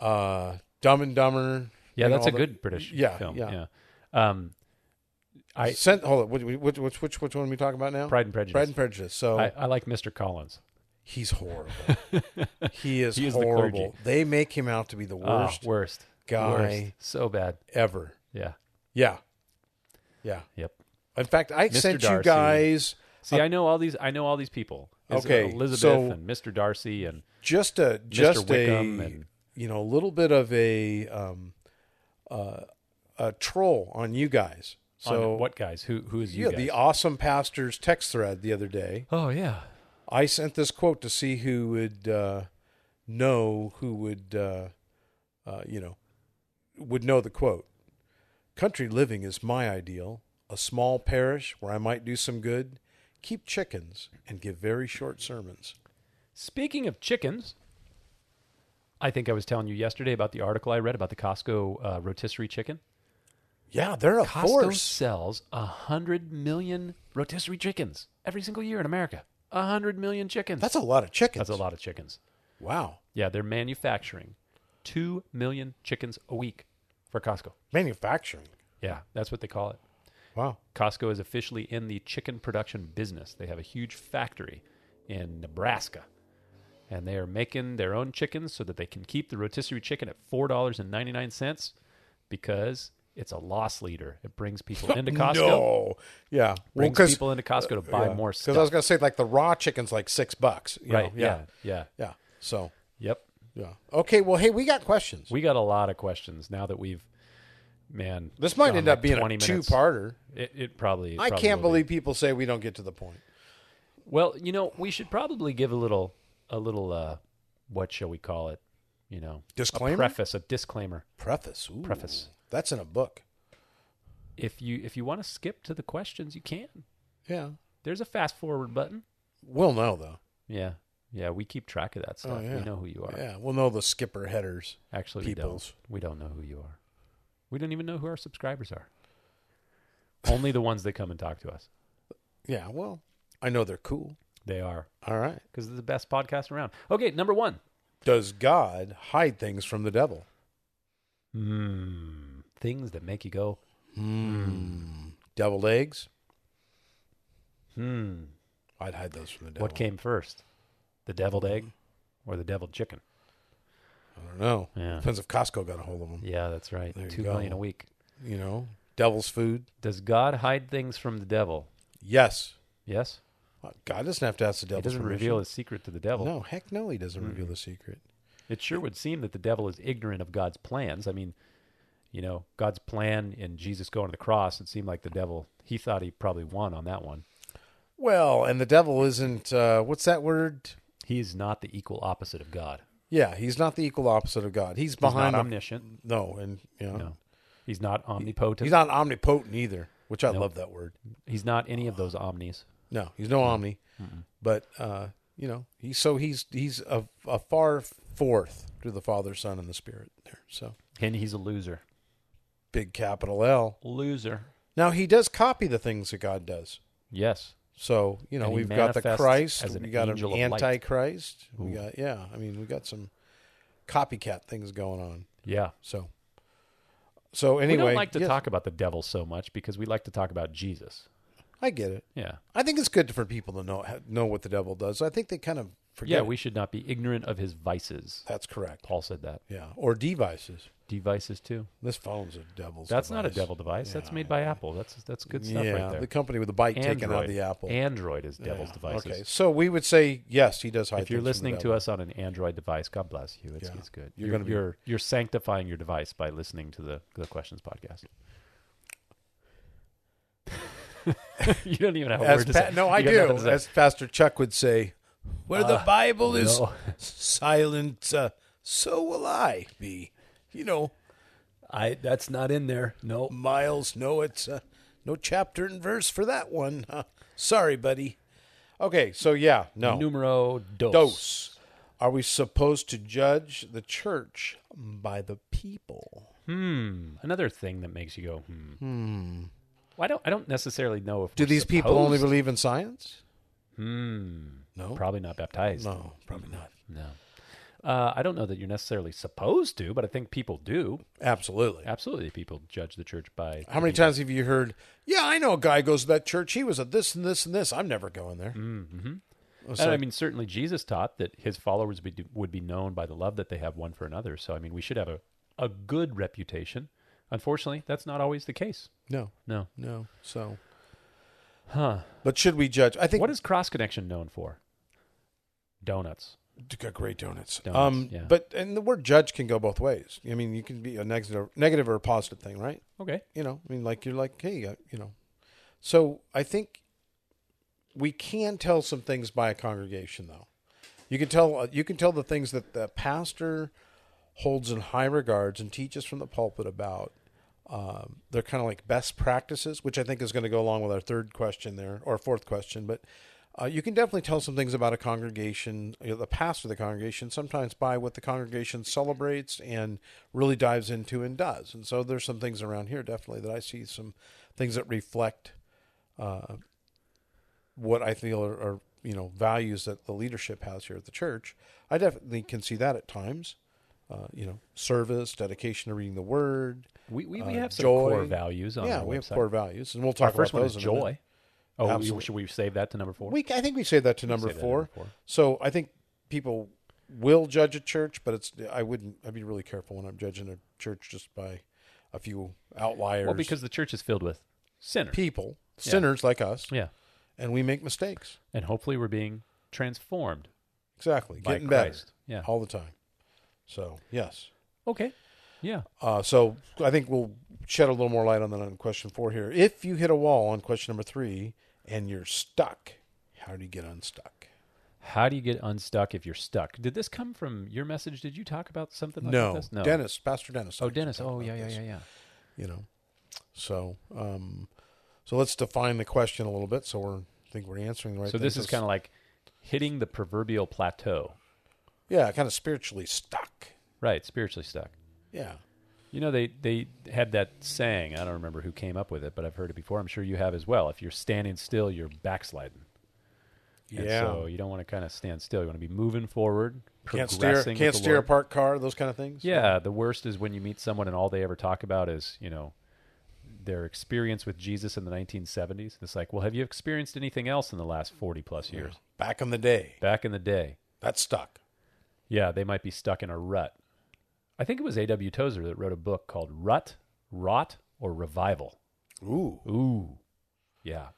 [SPEAKER 2] uh, Dumb and Dumber.
[SPEAKER 1] yeah,
[SPEAKER 2] you know,
[SPEAKER 1] that's
[SPEAKER 2] all
[SPEAKER 1] a
[SPEAKER 2] the-
[SPEAKER 1] good British
[SPEAKER 2] yeah,
[SPEAKER 1] film.
[SPEAKER 2] yeah.
[SPEAKER 1] Yeah. Um, I
[SPEAKER 2] Sen- hold on, which, which which which which one are we talking about now?
[SPEAKER 1] Pride and Prejudice.
[SPEAKER 2] Pride and Prejudice. So
[SPEAKER 1] I, I like Mr. Collins.
[SPEAKER 2] he's horrible. he is,
[SPEAKER 1] He is the
[SPEAKER 2] horrible.
[SPEAKER 1] clergy.
[SPEAKER 2] they make him out to be the
[SPEAKER 1] Ah,
[SPEAKER 2] worst
[SPEAKER 1] worst
[SPEAKER 2] guy
[SPEAKER 1] Worst. So bad.
[SPEAKER 2] ever.
[SPEAKER 1] Yeah.
[SPEAKER 2] Yeah, yeah.
[SPEAKER 1] Yep.
[SPEAKER 2] In fact, I
[SPEAKER 1] Mr.
[SPEAKER 2] sent you
[SPEAKER 1] Darcy.
[SPEAKER 2] guys
[SPEAKER 1] See, I know all these. I know all these people. Is-
[SPEAKER 2] Uh, Okay,
[SPEAKER 1] Elizabeth
[SPEAKER 2] so-
[SPEAKER 1] and Mr. Darcy and
[SPEAKER 2] just a just a
[SPEAKER 1] Wickham and-
[SPEAKER 2] you know a little bit of a um uh, a troll on you guys. So
[SPEAKER 1] on what guys? Who who is you?
[SPEAKER 2] yeah,
[SPEAKER 1] guys?
[SPEAKER 2] the awesome pastors text thread the other day.
[SPEAKER 1] oh yeah.
[SPEAKER 2] I sent this quote to see who would uh, know who would uh, uh, you know would know the quote. Country living is my ideal. A small parish where I might do some good, keep chickens, and give very short sermons.
[SPEAKER 1] Speaking of chickens, I think I was telling you yesterday about the article I read about the Costco uh, rotisserie chicken.
[SPEAKER 2] Yeah, they're a
[SPEAKER 1] Costco
[SPEAKER 2] force.
[SPEAKER 1] sells a hundred million rotisserie chickens every single year in America. A hundred million chickens.
[SPEAKER 2] That's a lot of chickens.
[SPEAKER 1] That's a lot of chickens.
[SPEAKER 2] Wow.
[SPEAKER 1] Yeah, they're manufacturing two million chickens a week for Costco.
[SPEAKER 2] Manufacturing.
[SPEAKER 1] Yeah, that's what they call it.
[SPEAKER 2] Wow.
[SPEAKER 1] Costco is officially in the chicken production business. They have a huge factory in Nebraska. And they are making their own chickens so that they can keep the rotisserie chicken at $4.99 because it's a loss leader. It brings people into Costco.
[SPEAKER 2] No. Yeah. Well,
[SPEAKER 1] Brings
[SPEAKER 2] because
[SPEAKER 1] people into Costco to buy more
[SPEAKER 2] I
[SPEAKER 1] stuff.
[SPEAKER 2] was gonna say like the raw chicken's like six bucks. you know?
[SPEAKER 1] right. Yeah.
[SPEAKER 2] yeah.
[SPEAKER 1] yeah.
[SPEAKER 2] Yeah. So
[SPEAKER 1] Yep.
[SPEAKER 2] yeah. Okay. Well, hey, we got questions.
[SPEAKER 1] We got a lot of questions now that we've, man.
[SPEAKER 2] this might
[SPEAKER 1] gone
[SPEAKER 2] end
[SPEAKER 1] like
[SPEAKER 2] up being
[SPEAKER 1] 20
[SPEAKER 2] a
[SPEAKER 1] minutes.
[SPEAKER 2] two-parter.
[SPEAKER 1] It, it probably.
[SPEAKER 2] I
[SPEAKER 1] probably
[SPEAKER 2] can't
[SPEAKER 1] will be.
[SPEAKER 2] believe people say we don't get to the point.
[SPEAKER 1] Well, you know, we should probably give a little, a little, uh, what shall we call it? You know,
[SPEAKER 2] Disclaimer?
[SPEAKER 1] a preface, a disclaimer.
[SPEAKER 2] Preface. Ooh.
[SPEAKER 1] Preface.
[SPEAKER 2] That's in a book.
[SPEAKER 1] If you if you want to skip to the questions, you can.
[SPEAKER 2] Yeah.
[SPEAKER 1] There's a fast forward button.
[SPEAKER 2] We'll know though.
[SPEAKER 1] Yeah, yeah, we keep track of that stuff. We know who you are.
[SPEAKER 2] Oh, Yeah. We'll know the skipper headers.
[SPEAKER 1] Actually,
[SPEAKER 2] Peoples.
[SPEAKER 1] we don't. We don't know who you are. We don't even know who our subscribers are. Only the ones that come and talk to us.
[SPEAKER 2] Yeah. Well, I know they're cool.
[SPEAKER 1] They are
[SPEAKER 2] All right.
[SPEAKER 1] because they're the best podcast around. Okay, number one.
[SPEAKER 2] Does God hide things from the devil?
[SPEAKER 1] Hmm. Things that make you go,
[SPEAKER 2] Deviled eggs.
[SPEAKER 1] hmm.
[SPEAKER 2] I'd hide those from the devil.
[SPEAKER 1] What came first, the deviled egg or the deviled chicken?
[SPEAKER 2] I don't know.
[SPEAKER 1] Yeah.
[SPEAKER 2] Depends if Costco got a hold of them.
[SPEAKER 1] Yeah, that's right.
[SPEAKER 2] There you
[SPEAKER 1] Two
[SPEAKER 2] go.
[SPEAKER 1] million a week.
[SPEAKER 2] You know, devil's food.
[SPEAKER 1] Does God hide things from the devil?
[SPEAKER 2] Yes.
[SPEAKER 1] Yes.
[SPEAKER 2] God doesn't have to ask the devil.
[SPEAKER 1] He doesn't
[SPEAKER 2] permission.
[SPEAKER 1] reveal his secret to the devil. Hmm.
[SPEAKER 2] No, heck no, he doesn't reveal the secret.
[SPEAKER 1] It sure would seem that the devil is ignorant of God's plans. I mean, you know, God's plan in Jesus going to the cross, it seemed like the devil, he thought he probably won on that one.
[SPEAKER 2] Well, and the devil isn't. Uh, what's that word?
[SPEAKER 1] He's not the equal opposite of God.
[SPEAKER 2] Yeah, he's not the equal opposite of God. He's
[SPEAKER 1] He's
[SPEAKER 2] behind.
[SPEAKER 1] not
[SPEAKER 2] the-
[SPEAKER 1] omniscient.
[SPEAKER 2] no, and you know,
[SPEAKER 1] No. He's not omnipotent.
[SPEAKER 2] he's not omnipotent either. Which I love that word.
[SPEAKER 1] He's not any of those omnis.
[SPEAKER 2] No, he's
[SPEAKER 1] Hmm.
[SPEAKER 2] no omni, but uh, you know, he's so he's he's a, a far forth to the Father, Son, and the Spirit. There, so
[SPEAKER 1] And he's a loser.
[SPEAKER 2] Big capital L.
[SPEAKER 1] Loser.
[SPEAKER 2] Now he does copy the things that God does.
[SPEAKER 1] Yes.
[SPEAKER 2] So you know
[SPEAKER 1] And he
[SPEAKER 2] we've got the
[SPEAKER 1] manifests
[SPEAKER 2] Christ,
[SPEAKER 1] as an
[SPEAKER 2] we got an
[SPEAKER 1] angel of light.
[SPEAKER 2] Antichrist, we got yeah. I mean we got some copycat things going on.
[SPEAKER 1] Yeah.
[SPEAKER 2] So so anyway,
[SPEAKER 1] we don't like to
[SPEAKER 2] yes,
[SPEAKER 1] talk about the devil so much because we like to talk about Jesus.
[SPEAKER 2] I get it.
[SPEAKER 1] Yeah.
[SPEAKER 2] I think it's good for people to know know what the devil does. I think they kind of forget.
[SPEAKER 1] Yeah,
[SPEAKER 2] it.
[SPEAKER 1] we should not be ignorant of his vices.
[SPEAKER 2] that's correct.
[SPEAKER 1] Paul said that.
[SPEAKER 2] Yeah, or devices.
[SPEAKER 1] Devices too.
[SPEAKER 2] This phone's a devil's.
[SPEAKER 1] That's not a
[SPEAKER 2] device.
[SPEAKER 1] devil device. that's made by Apple. That's that's good stuff
[SPEAKER 2] yeah,
[SPEAKER 1] right there.
[SPEAKER 2] the company with the bike taken out of the Apple.
[SPEAKER 1] Android is devil's
[SPEAKER 2] Yeah,
[SPEAKER 1] devices.
[SPEAKER 2] Okay, so we would say yes, he does hide.
[SPEAKER 1] If you're
[SPEAKER 2] things from the
[SPEAKER 1] listening to
[SPEAKER 2] devil.
[SPEAKER 1] us on an Android device, God bless you. It's,
[SPEAKER 2] Yeah.
[SPEAKER 1] it's good.
[SPEAKER 2] You're
[SPEAKER 1] You're,
[SPEAKER 2] gonna be-
[SPEAKER 1] you're you're sanctifying your device by listening to the the questions podcast. you don't even have a
[SPEAKER 2] as
[SPEAKER 1] word to
[SPEAKER 2] Pa-
[SPEAKER 1] say.
[SPEAKER 2] no, I
[SPEAKER 1] You got
[SPEAKER 2] do.
[SPEAKER 1] nothing to say.
[SPEAKER 2] As Pastor Chuck would say, where the Bible is
[SPEAKER 1] no.
[SPEAKER 2] silent, uh, so will I be. You know,
[SPEAKER 1] I that's not in there. No.
[SPEAKER 2] Miles, no, it's uh, no chapter and verse for that one. huh? sorry, buddy. Okay, so yeah, no.
[SPEAKER 1] Numero Oh. dos.
[SPEAKER 2] Dose. Are we supposed to judge the church by the people?
[SPEAKER 1] Hmm. Another thing that makes you go, hmm. Well, I don't I don't necessarily know if
[SPEAKER 2] Do
[SPEAKER 1] we're
[SPEAKER 2] these people only
[SPEAKER 1] supposed-
[SPEAKER 2] believe in science?
[SPEAKER 1] Hmm.
[SPEAKER 2] No.
[SPEAKER 1] Probably not baptized.
[SPEAKER 2] No, probably not.
[SPEAKER 1] No. Uh, I don't know that you're necessarily supposed to, but I think people do.
[SPEAKER 2] Absolutely.
[SPEAKER 1] Absolutely, people judge the church by
[SPEAKER 2] How many times have you heard, yeah, I know a guy goes to that church. He was at this and this and this. I'm never going there.
[SPEAKER 1] Mm.
[SPEAKER 2] It's
[SPEAKER 1] And I
[SPEAKER 2] like-
[SPEAKER 1] mean, certainly Jesus taught that his followers would be, would be known by the love that they have one for another. So, I mean, we should have a, a good reputation. Unfortunately, that's not always the case.
[SPEAKER 2] No,
[SPEAKER 1] No.
[SPEAKER 2] no. So,
[SPEAKER 1] Huh.
[SPEAKER 2] but should we judge? I think
[SPEAKER 1] What is Cross Connection known for? Donuts.
[SPEAKER 2] Got great donuts.
[SPEAKER 1] Donuts,
[SPEAKER 2] um,
[SPEAKER 1] yeah.
[SPEAKER 2] but and the word judge can go both ways. I mean, you can be a negative, negative or a positive thing, right?
[SPEAKER 1] Okay.
[SPEAKER 2] you know, I mean, like you're like, hey, uh, you know. So I think we can tell some things by a congregation, though. You can tell uh, you can tell the things that the pastor holds in high regards and teaches from the pulpit about. Um, they're kind of like best practices, which I think is going to go along with our third question there or fourth question, but. Uh, you can definitely tell some things about a congregation, you know, the pastor of the congregation, sometimes by what the congregation celebrates and really dives into and does. And so there's some things around here definitely that I see some things that reflect uh, what I feel are, are you know values that the leadership has here at the church. I definitely can see that at times. Uh, you know, service, dedication to reading the Word.
[SPEAKER 1] We, we, we
[SPEAKER 2] Uh,
[SPEAKER 1] have some
[SPEAKER 2] joy.
[SPEAKER 1] core values on
[SPEAKER 2] yeah,
[SPEAKER 1] our
[SPEAKER 2] we have
[SPEAKER 1] website.
[SPEAKER 2] core values, and we'll
[SPEAKER 1] Our
[SPEAKER 2] talk
[SPEAKER 1] first
[SPEAKER 2] about
[SPEAKER 1] one
[SPEAKER 2] those.
[SPEAKER 1] is
[SPEAKER 2] in a minute.
[SPEAKER 1] joy. Oh, we,
[SPEAKER 2] Absolutely.
[SPEAKER 1] should we save that to number four?
[SPEAKER 2] We, I think we say that to number
[SPEAKER 1] say that to
[SPEAKER 2] four.
[SPEAKER 1] number four.
[SPEAKER 2] So I think people will judge a church, but it's I wouldn't. I'd be really careful when I'm judging a church just by a few outliers.
[SPEAKER 1] well, because the church is filled with sinners.
[SPEAKER 2] people, sinners like us,
[SPEAKER 1] yeah.
[SPEAKER 2] and we make mistakes.
[SPEAKER 1] And hopefully we're being transformed
[SPEAKER 2] Exactly,
[SPEAKER 1] by
[SPEAKER 2] getting
[SPEAKER 1] Christ.
[SPEAKER 2] better
[SPEAKER 1] Yeah.
[SPEAKER 2] all the time. So yes.
[SPEAKER 1] Okay. Yeah.
[SPEAKER 2] Uh, so I think we'll shed a little more light on that on question four here. If you hit a wall on question number three and you're stuck, how do you get unstuck?
[SPEAKER 1] How do you get unstuck if you're stuck? Did this come from your message? Did you talk about something like
[SPEAKER 2] no,
[SPEAKER 1] this? No.
[SPEAKER 2] Dennis, Pastor Dennis.
[SPEAKER 1] Oh,
[SPEAKER 2] likes to
[SPEAKER 1] Dennis.
[SPEAKER 2] talk
[SPEAKER 1] Oh,
[SPEAKER 2] about
[SPEAKER 1] yeah, yeah,
[SPEAKER 2] this.
[SPEAKER 1] yeah, yeah.
[SPEAKER 2] you know so um so let's define the question a little bit so we're I think we're answering the right
[SPEAKER 1] so this is kind of like hitting the proverbial plateau,
[SPEAKER 2] yeah kind of spiritually stuck
[SPEAKER 1] right? Spiritually stuck.
[SPEAKER 2] yeah
[SPEAKER 1] You know, they they had that saying. I don't remember who came up with it, but I've heard it before. I'm sure you have as well. If you're standing still, you're backsliding. And so you don't want to kind of stand still. You want to be moving forward,
[SPEAKER 2] can't
[SPEAKER 1] progressing.
[SPEAKER 2] steer
[SPEAKER 1] with
[SPEAKER 2] can't
[SPEAKER 1] the
[SPEAKER 2] steer a
[SPEAKER 1] Lord.
[SPEAKER 2] parked car those kind of things
[SPEAKER 1] Yeah, the worst is when you meet someone and all they ever talk about is, you know, their experience with Jesus in the 1970s. It's like, well, have you experienced anything else in the last 40 plus years?
[SPEAKER 2] back in the day
[SPEAKER 1] Back in the day,
[SPEAKER 2] that's stuck
[SPEAKER 1] yeah, they might be stuck in a rut. I think it was A.W. Tozer that wrote a book called Rut, Rot, or Revival.
[SPEAKER 2] ooh
[SPEAKER 1] Ooh. Yeah.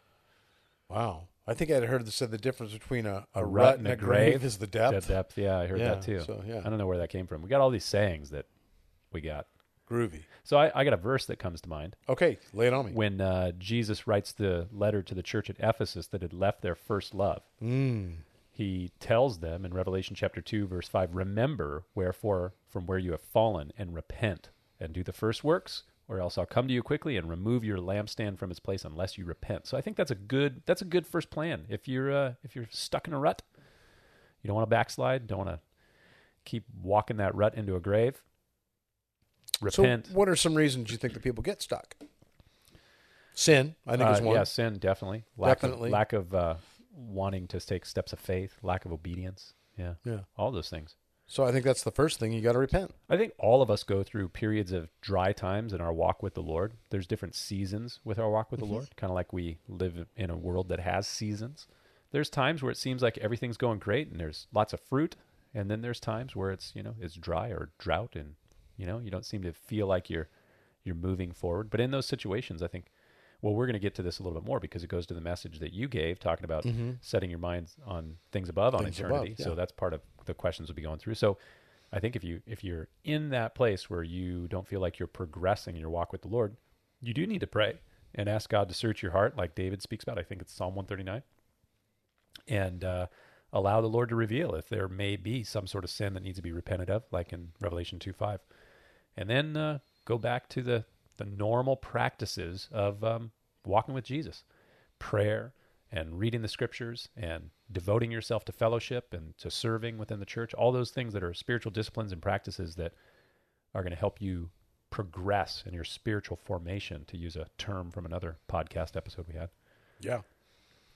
[SPEAKER 2] wow I think I'd heard that said the difference between a, a,
[SPEAKER 1] A
[SPEAKER 2] rut, and a grave, is the depth.
[SPEAKER 1] Depth, depth. Yeah, I heard
[SPEAKER 2] Yeah,
[SPEAKER 1] that too.
[SPEAKER 2] so, yeah.
[SPEAKER 1] I don't know where that came from. We got all these sayings that we got.
[SPEAKER 2] Groovy.
[SPEAKER 1] So I, I got a verse that comes to mind.
[SPEAKER 2] Okay, lay it on me.
[SPEAKER 1] when uh, Jesus writes the letter to the church at Ephesus that had left their first love. He tells them in Revelation chapter 2, verse 5 Remember, wherefore, from where you have fallen, and repent, and do the first works, or else I'll come to you quickly and remove your lampstand from its place unless you repent. So I think that's a good that's a good first plan. If you're uh, if you're stuck in a rut, you don't want to backslide, don't want to keep walking that rut into a grave. repent.
[SPEAKER 2] So, what are some reasons you think that people get stuck? Sin, I think, is
[SPEAKER 1] Uh,
[SPEAKER 2] one.
[SPEAKER 1] Yeah, sin definitely. Lack
[SPEAKER 2] Definitely.
[SPEAKER 1] Of, lack of uh, wanting to take steps of faith, lack of obedience. Yeah.
[SPEAKER 2] Yeah.
[SPEAKER 1] All those things.
[SPEAKER 2] So I think that's the first thing you got to repent.
[SPEAKER 1] I think all of us go through periods of dry times in our walk with the Lord. There's different seasons with our walk with
[SPEAKER 2] Mm-hmm.
[SPEAKER 1] the Lord, kind of like we live in a world that has seasons. There's times where it seems like everything's going great and there's lots of fruit, and then there's times where it's, you know, it's dry or drought and, you know, you don't seem to feel like you're you're moving forward. But in those situations, I think well, we're going to get to this a little bit more because it goes to the message that you gave talking about setting your minds on things above on
[SPEAKER 2] Mm-hmm. Things above,
[SPEAKER 1] eternity.
[SPEAKER 2] yeah.
[SPEAKER 1] So that's part of the questions we'll be going through. So I think if you if you're in that place where you don't feel like you're progressing in your walk with the Lord, you do need to pray and ask God to search your heart, like David speaks about. I think it's Psalm 139, and uh, allow the Lord to reveal if there may be some sort of sin that needs to be repented of, like in Revelation 2 5, and then uh, go back to the the normal practices of um, walking with Jesus, prayer and reading the scriptures and devoting yourself to fellowship and to serving within the church, all those things that are spiritual disciplines and practices that are going to help you progress in your spiritual formation, to use a term from another podcast episode we had.
[SPEAKER 2] Yeah.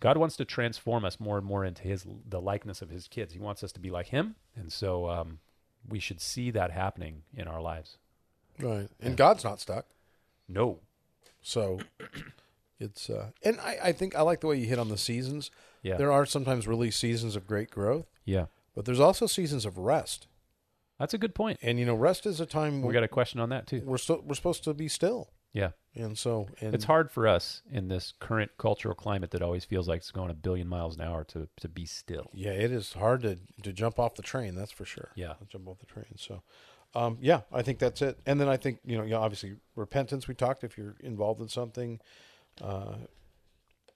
[SPEAKER 1] God wants to transform us more and more into His the likeness of His kids. He wants us to be like Him, and so um, we should see that happening in our lives.
[SPEAKER 2] Right. And God's not stuck.
[SPEAKER 1] No,
[SPEAKER 2] So it's uh and I, I think I like the way you hit on the seasons.
[SPEAKER 1] Yeah.
[SPEAKER 2] There are sometimes really seasons of great growth,
[SPEAKER 1] yeah,
[SPEAKER 2] but there's also seasons of rest.
[SPEAKER 1] that's a good point.
[SPEAKER 2] And you know, rest is a time
[SPEAKER 1] We
[SPEAKER 2] we
[SPEAKER 1] got a question on that too.
[SPEAKER 2] we're still we're supposed to be still.
[SPEAKER 1] Yeah,
[SPEAKER 2] And so and
[SPEAKER 1] it's hard for us in this current cultural climate that always feels like it's going a billion miles an hour to to be still.
[SPEAKER 2] yeah, it is hard to to jump off the train, that's for sure.
[SPEAKER 1] Yeah.
[SPEAKER 2] Jump off the train. So um yeah, I think that's it. And then I think, you know, yeah, obviously repentance we talked if you're involved in something uh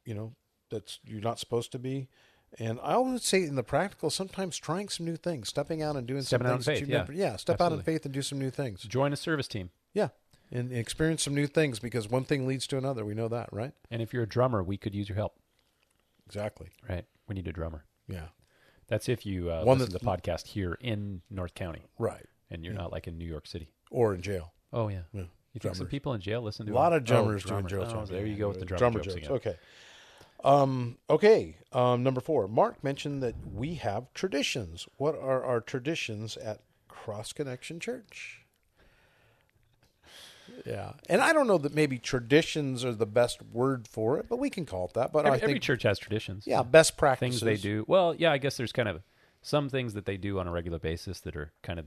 [SPEAKER 2] you know, that's you're not supposed to be. And I always say in the practical, sometimes trying some new things, stepping out and doing
[SPEAKER 1] Stepping out
[SPEAKER 2] some
[SPEAKER 1] in
[SPEAKER 2] things. that
[SPEAKER 1] faith,
[SPEAKER 2] you've
[SPEAKER 1] yeah.
[SPEAKER 2] never- yeah, step out in
[SPEAKER 1] Absolutely.
[SPEAKER 2] faith and do some new things.
[SPEAKER 1] Join a service team,
[SPEAKER 2] Yeah. And and experience some new things because one thing leads to another. We know that, right?
[SPEAKER 1] and if you're a drummer, we could use your help.
[SPEAKER 2] Exactly.
[SPEAKER 1] Right, we need a drummer.
[SPEAKER 2] Yeah.
[SPEAKER 1] That's if you uh,
[SPEAKER 2] One
[SPEAKER 1] listen to the
[SPEAKER 2] that's-
[SPEAKER 1] podcast here in North County,
[SPEAKER 2] Right.
[SPEAKER 1] and you're not like in New York City.
[SPEAKER 2] Or in jail.
[SPEAKER 1] Oh yeah.
[SPEAKER 2] Yeah.
[SPEAKER 1] You think some
[SPEAKER 2] Drummers.
[SPEAKER 1] people in jail listen to
[SPEAKER 2] a lot
[SPEAKER 1] him?
[SPEAKER 2] of drummers
[SPEAKER 1] Oh,
[SPEAKER 2] doing jail
[SPEAKER 1] drummer. Oh,
[SPEAKER 2] time.
[SPEAKER 1] there you go with the drummer,
[SPEAKER 2] drummer
[SPEAKER 1] jokes
[SPEAKER 2] jokes.
[SPEAKER 1] again.
[SPEAKER 2] Okay. Um, okay. Um, number four. Mark mentioned that we have traditions. What are our traditions at Cross Connection Church? Yeah, and I don't know that maybe traditions are the best word for it, but we can call it that. But
[SPEAKER 1] Every,
[SPEAKER 2] I think
[SPEAKER 1] every church has traditions.
[SPEAKER 2] yeah, best
[SPEAKER 1] Things
[SPEAKER 2] practices
[SPEAKER 1] they do. Well, yeah, I guess there's kind of some things that they do on a regular basis that are kind of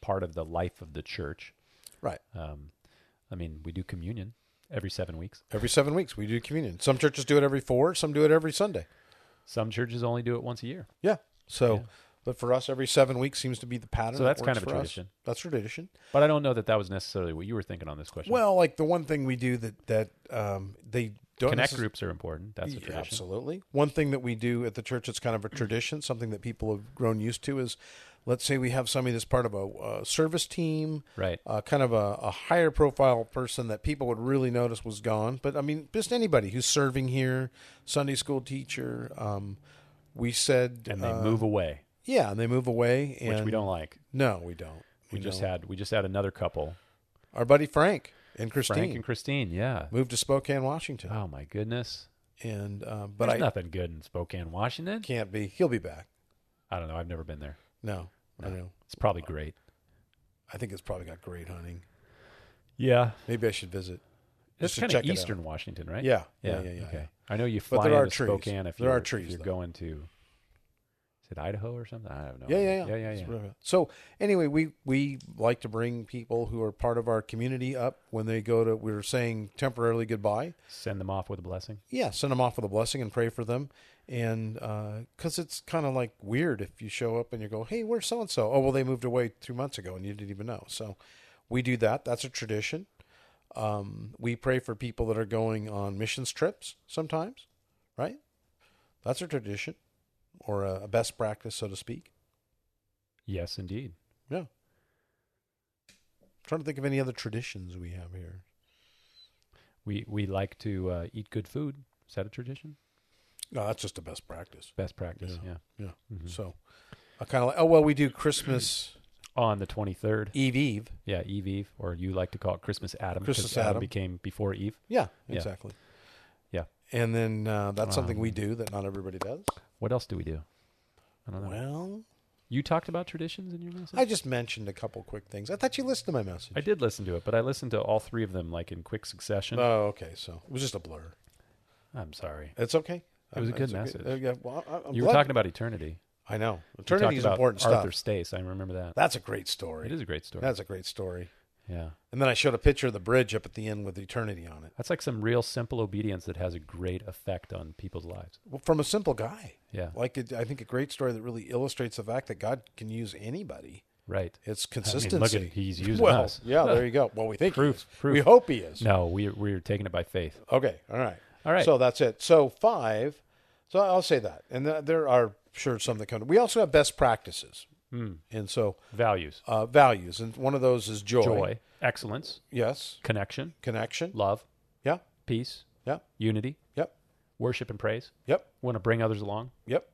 [SPEAKER 1] part of the life of the church.
[SPEAKER 2] right
[SPEAKER 1] Um, I mean, we do communion every seven weeks.
[SPEAKER 2] every seven weeks. We do communion. Some churches do it every four. Some do it every Sunday.
[SPEAKER 1] Some churches only do it once a year.
[SPEAKER 2] Yeah. So, but for us, every seven weeks seems to be the pattern.
[SPEAKER 1] So
[SPEAKER 2] that
[SPEAKER 1] that's kind of
[SPEAKER 2] works
[SPEAKER 1] a
[SPEAKER 2] for us.
[SPEAKER 1] tradition.
[SPEAKER 2] That's tradition.
[SPEAKER 1] But I don't know that that was necessarily what you were thinking on this question.
[SPEAKER 2] Well, like the one thing we do that that um, they don't
[SPEAKER 1] connect
[SPEAKER 2] necess-
[SPEAKER 1] groups are important. That's a
[SPEAKER 2] Yeah,
[SPEAKER 1] tradition.
[SPEAKER 2] Absolutely. One thing that we do at the church that's kind of a
[SPEAKER 1] Mm.
[SPEAKER 2] tradition, something that people have grown used to is, let's say we have somebody that's part of a uh, service team,
[SPEAKER 1] Right.
[SPEAKER 2] Uh, kind of a, a higher profile person that people would really notice was gone. But I mean, just anybody who's serving here, Sunday school teacher. Um, we said,
[SPEAKER 1] And they
[SPEAKER 2] uh,
[SPEAKER 1] move away,
[SPEAKER 2] yeah, and they move away, and
[SPEAKER 1] which we don't like.
[SPEAKER 2] No, we don't.
[SPEAKER 1] We
[SPEAKER 2] You
[SPEAKER 1] just
[SPEAKER 2] know,
[SPEAKER 1] had we just had another couple,
[SPEAKER 2] our buddy Frank and Christine
[SPEAKER 1] Frank and Christine. Yeah.
[SPEAKER 2] moved to Spokane, Washington,
[SPEAKER 1] Oh my goodness.
[SPEAKER 2] and uh, but
[SPEAKER 1] There's
[SPEAKER 2] I
[SPEAKER 1] nothing good in Spokane, Washington.
[SPEAKER 2] can't be. He'll be back.
[SPEAKER 1] I don't know. I've never been there.
[SPEAKER 2] No, I know.
[SPEAKER 1] It's probably great.
[SPEAKER 2] I think it's probably got great hunting.
[SPEAKER 1] Yeah,
[SPEAKER 2] Maybe I should visit. Just
[SPEAKER 1] it's
[SPEAKER 2] to
[SPEAKER 1] kind of
[SPEAKER 2] check it out.
[SPEAKER 1] eastern Washington, right?
[SPEAKER 2] Yeah, yeah, yeah, yeah,
[SPEAKER 1] okay.
[SPEAKER 2] yeah.
[SPEAKER 1] I know you fly
[SPEAKER 2] there are
[SPEAKER 1] into
[SPEAKER 2] trees.
[SPEAKER 1] Spokane if
[SPEAKER 2] There
[SPEAKER 1] you're,
[SPEAKER 2] are
[SPEAKER 1] if
[SPEAKER 2] trees,
[SPEAKER 1] you're
[SPEAKER 2] though.
[SPEAKER 1] going to. Is it Idaho or something? I don't know.
[SPEAKER 2] Yeah, yeah, yeah,
[SPEAKER 1] Oh, yeah,
[SPEAKER 2] It's
[SPEAKER 1] yeah.
[SPEAKER 2] really- So anyway, we we like to bring people who are part of our community up when they go to. We are saying temporarily goodbye.
[SPEAKER 1] Send them off with a blessing.
[SPEAKER 2] Yeah, send them off with a blessing and pray for them, and because it's kind of like weird if you show up and you go, "Hey, where's so and so?" Oh, well, they moved away two months ago, and you didn't even know. So we do that. That's a tradition. Um, we pray for people that are going on missions trips sometimes, right? That's a tradition or a, a best practice, so to speak.
[SPEAKER 1] Yes, indeed.
[SPEAKER 2] Yeah. trying to think of any other traditions we have here.
[SPEAKER 1] We we like to uh, eat good food. Is that a tradition?
[SPEAKER 2] No, that's just a best practice. Mm-hmm.
[SPEAKER 1] Best practice. Yeah.
[SPEAKER 2] Yeah.
[SPEAKER 1] Mhm.
[SPEAKER 2] So I kind of like, oh, well, we do Christmas.
[SPEAKER 1] on the 23rd.
[SPEAKER 2] Eve Eve.
[SPEAKER 1] Yeah, Eve Eve, or you like to call it Christmas Adam. 'cause
[SPEAKER 2] Christmas
[SPEAKER 1] Adam
[SPEAKER 2] Adam.
[SPEAKER 1] became before Eve.
[SPEAKER 2] Yeah,
[SPEAKER 1] Yeah.
[SPEAKER 2] exactly.
[SPEAKER 1] Yeah. Um,
[SPEAKER 2] And then uh, that's something we do that not everybody does.
[SPEAKER 1] What else do we do? I don't know.
[SPEAKER 2] Well,
[SPEAKER 1] you talked about traditions in your message.
[SPEAKER 2] I just mentioned a couple quick things. I thought you listened to my message.
[SPEAKER 1] I did listen to it, but I listened to all three of them like in quick succession.
[SPEAKER 2] Oh, okay. So it was just a blur.
[SPEAKER 1] I'm sorry.
[SPEAKER 2] It's okay.
[SPEAKER 1] It was a
[SPEAKER 2] Uh,
[SPEAKER 1] good
[SPEAKER 2] it's okay.
[SPEAKER 1] message.
[SPEAKER 2] Uh, yeah, well, I, I'm
[SPEAKER 1] You were
[SPEAKER 2] glad-
[SPEAKER 1] talking about eternity.
[SPEAKER 2] I know.
[SPEAKER 1] You
[SPEAKER 2] Eternity
[SPEAKER 1] talked
[SPEAKER 2] is
[SPEAKER 1] about
[SPEAKER 2] important
[SPEAKER 1] Arthur
[SPEAKER 2] stuff.
[SPEAKER 1] Stace. I remember that.
[SPEAKER 2] That's a great story.
[SPEAKER 1] It is a great story.
[SPEAKER 2] That's a great story.
[SPEAKER 1] yeah.
[SPEAKER 2] And then I showed a picture of the bridge up at the end with eternity on it.
[SPEAKER 1] That's like some real simple obedience that has a great effect on people's lives.
[SPEAKER 2] Well, from a simple guy.
[SPEAKER 1] Yeah.
[SPEAKER 2] Like, it, I think a great story that really illustrates the fact that God can use anybody.
[SPEAKER 1] Right.
[SPEAKER 2] It's
[SPEAKER 1] at-
[SPEAKER 2] consistency.
[SPEAKER 1] he's using
[SPEAKER 2] well,
[SPEAKER 1] us.
[SPEAKER 2] Yeah, there you go. Well, we think
[SPEAKER 1] Proof,
[SPEAKER 2] He is.
[SPEAKER 1] proof.
[SPEAKER 2] We hope he is.
[SPEAKER 1] No, we we're taking it by faith.
[SPEAKER 2] Okay. All right.
[SPEAKER 1] All right.
[SPEAKER 2] So that's it. So five. So I'll say that, and th- there are sure some that come. We also have best practices,
[SPEAKER 1] Hmm.
[SPEAKER 2] mm. and so
[SPEAKER 1] Values,
[SPEAKER 2] uh, values, and one of those is joy.
[SPEAKER 1] joy, excellence,
[SPEAKER 2] Yes.
[SPEAKER 1] connection,
[SPEAKER 2] Connection.
[SPEAKER 1] love,
[SPEAKER 2] Yeah.
[SPEAKER 1] peace,
[SPEAKER 2] Yeah.
[SPEAKER 1] unity,
[SPEAKER 2] Yep.
[SPEAKER 1] worship and praise.
[SPEAKER 2] Yep.
[SPEAKER 1] Want to bring others along.
[SPEAKER 2] Yep.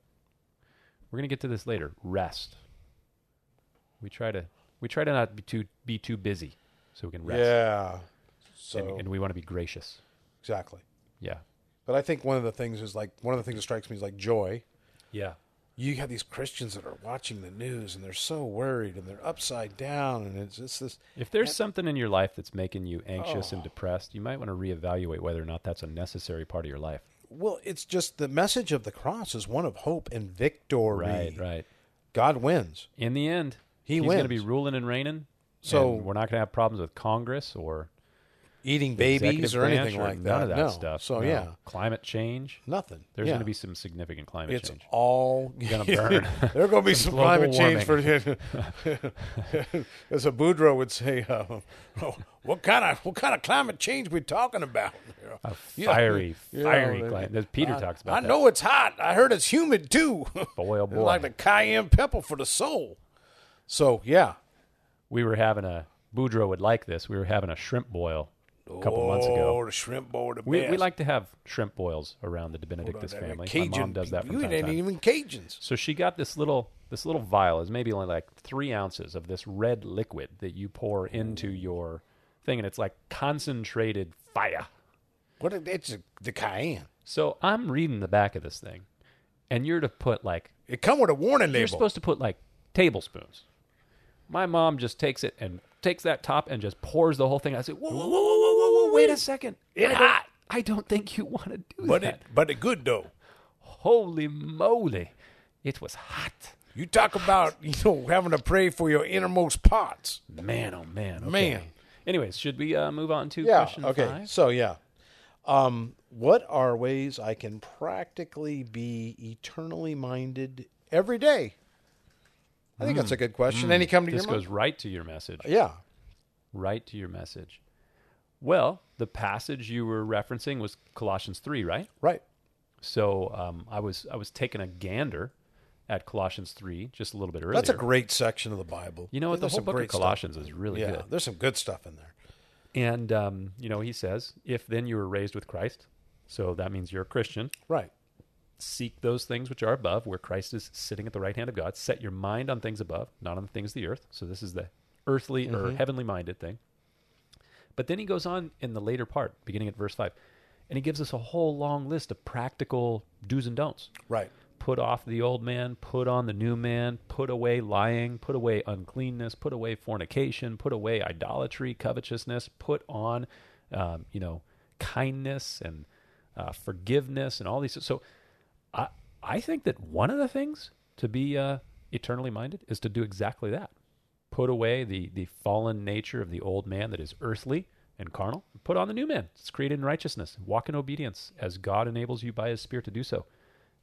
[SPEAKER 1] We're gonna get to this later. Rest. We try to we try to not be too be too busy, so we can rest.
[SPEAKER 2] Yeah. So
[SPEAKER 1] And, and we want to be gracious.
[SPEAKER 2] exactly.
[SPEAKER 1] Yeah.
[SPEAKER 2] But I think one of the things is like one of the things that strikes me is like joy.
[SPEAKER 1] Yeah.
[SPEAKER 2] You have these Christians that are watching the news and they're so worried and they're upside down and it's it's this
[SPEAKER 1] If there's something in your life that's making you anxious and depressed, you might want to reevaluate whether or not that's a necessary part of your life.
[SPEAKER 2] well it's just the message of the cross is one of hope and victory.
[SPEAKER 1] Right, right.
[SPEAKER 2] God wins.
[SPEAKER 1] In the end,
[SPEAKER 2] He
[SPEAKER 1] he's going to
[SPEAKER 2] wins.
[SPEAKER 1] be ruling and reigning.
[SPEAKER 2] So-
[SPEAKER 1] and we're not going to have problems with Congress or
[SPEAKER 2] Eating
[SPEAKER 1] executive
[SPEAKER 2] babies or
[SPEAKER 1] branch
[SPEAKER 2] anything
[SPEAKER 1] or
[SPEAKER 2] like that.
[SPEAKER 1] none of that
[SPEAKER 2] No.
[SPEAKER 1] stuff.
[SPEAKER 2] So
[SPEAKER 1] No.
[SPEAKER 2] yeah,
[SPEAKER 1] climate change.
[SPEAKER 2] nothing.
[SPEAKER 1] There's
[SPEAKER 2] Yeah.
[SPEAKER 1] going to be some significant climate
[SPEAKER 2] it's
[SPEAKER 1] change.
[SPEAKER 2] all
[SPEAKER 1] Gonna burn.
[SPEAKER 2] There's going to be some,
[SPEAKER 1] Some
[SPEAKER 2] climate
[SPEAKER 1] global
[SPEAKER 2] change for as a Boudreaux would say, uh, what kind of what kind of climate change we talking about? You know, you know,
[SPEAKER 1] fiery,
[SPEAKER 2] you
[SPEAKER 1] fiery
[SPEAKER 2] know,
[SPEAKER 1] climate. There's- Peter
[SPEAKER 2] I,
[SPEAKER 1] talks about
[SPEAKER 2] I
[SPEAKER 1] that.
[SPEAKER 2] know it's hot. I heard it's humid too.
[SPEAKER 1] Boy, oh
[SPEAKER 2] It's
[SPEAKER 1] boy.
[SPEAKER 2] like the cayenne pepper for the soul. So yeah,
[SPEAKER 1] we were having a Boudreaux would like this. We were having a shrimp boil a couple months ago.
[SPEAKER 2] Oh, the shrimp boy, the
[SPEAKER 1] We,
[SPEAKER 2] best.
[SPEAKER 1] we like to have shrimp boils around the
[SPEAKER 2] That-
[SPEAKER 1] Benedictus
[SPEAKER 2] that
[SPEAKER 1] family.
[SPEAKER 2] Cajun
[SPEAKER 1] My mom does that from
[SPEAKER 2] You
[SPEAKER 1] time to
[SPEAKER 2] ain't
[SPEAKER 1] time.
[SPEAKER 2] even Cajuns.
[SPEAKER 1] So she got this little this little vial is maybe only like three ounces of this red liquid that you pour into your thing, and it's like concentrated fire.
[SPEAKER 2] What? a- It's a, the cayenne.
[SPEAKER 1] So I'm reading the back of this thing, and you're to put like
[SPEAKER 2] It come with a warning label.
[SPEAKER 1] you're supposed to put like tablespoons. My mom just takes it and takes that top and just pours the whole thing. I said, whoa, whoa, whoa, whoa, whoa, whoa, whoa, wait a second.
[SPEAKER 2] It
[SPEAKER 1] I don't-
[SPEAKER 2] hot.
[SPEAKER 1] I don't think you want to do
[SPEAKER 2] but
[SPEAKER 1] that.
[SPEAKER 2] it, but it good though.
[SPEAKER 1] Holy moly. It was hot.
[SPEAKER 2] You talk about you know having to pray for your innermost parts.
[SPEAKER 1] Man, oh man, okay.
[SPEAKER 2] Man.
[SPEAKER 1] Anyways, should we uh, move on to
[SPEAKER 2] Yeah.
[SPEAKER 1] question
[SPEAKER 2] Okay.
[SPEAKER 1] five?
[SPEAKER 2] So yeah, um, what are ways I can practically be eternally minded every day? I think that's a good question. Any come to
[SPEAKER 1] Hmm. This
[SPEAKER 2] your mind?
[SPEAKER 1] goes right to your message.
[SPEAKER 2] Yeah.
[SPEAKER 1] Right to your message. Well, the passage you were referencing was Colossians three, right?
[SPEAKER 2] Right.
[SPEAKER 1] So um, I was I was taking a gander at Colossians three just a little bit earlier.
[SPEAKER 2] That's a great section of the Bible.
[SPEAKER 1] You know what? The
[SPEAKER 2] There's
[SPEAKER 1] whole
[SPEAKER 2] some
[SPEAKER 1] book of
[SPEAKER 2] great stuff.
[SPEAKER 1] Colossians is really
[SPEAKER 2] Yeah.
[SPEAKER 1] good.
[SPEAKER 2] There's some good stuff in there.
[SPEAKER 1] And um, you know, he says, "If then you were raised with Christ, so that means you're a Christian.
[SPEAKER 2] Right.
[SPEAKER 1] Seek those things which are above, where Christ is sitting at the right hand of God. Set your mind on things above, not on the things of the earth." So this is the earthly or heavenly-minded thing. But then he goes on in the later part, beginning at verse five, and he gives us a whole long list of practical do's and don'ts.
[SPEAKER 2] Right.
[SPEAKER 1] put off the old man, put on the new man, put away lying, put away uncleanness, put away fornication, put away idolatry, covetousness, put on, um, you know, kindness and uh, forgiveness and all these. So, I I think that one of the things to be uh, eternally minded is to do exactly that: put away the the fallen nature of the old man that is earthly and carnal, and put on the new man. It's created in righteousness. Walk in obedience as God enables you by His Spirit to do so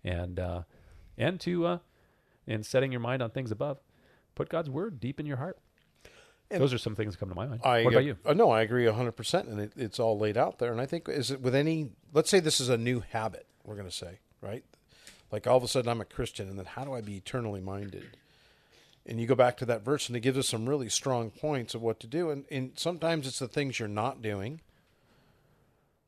[SPEAKER 1] and uh, and to uh, and setting your mind on things above. Put God's word deep in your heart.
[SPEAKER 2] And
[SPEAKER 1] Those are some things that come to my mind.
[SPEAKER 2] I,
[SPEAKER 1] what
[SPEAKER 2] uh,
[SPEAKER 1] about you?
[SPEAKER 2] Uh, no, I agree 100%. And it, it's all laid out there. And I think, is it with any, let's say this is a new habit, we're going to say, right? Like all of a sudden I'm a Christian, and then how do I be eternally minded? And you go back to that verse, and it gives us some really strong points of what to do. And, and sometimes it's the things you're not doing.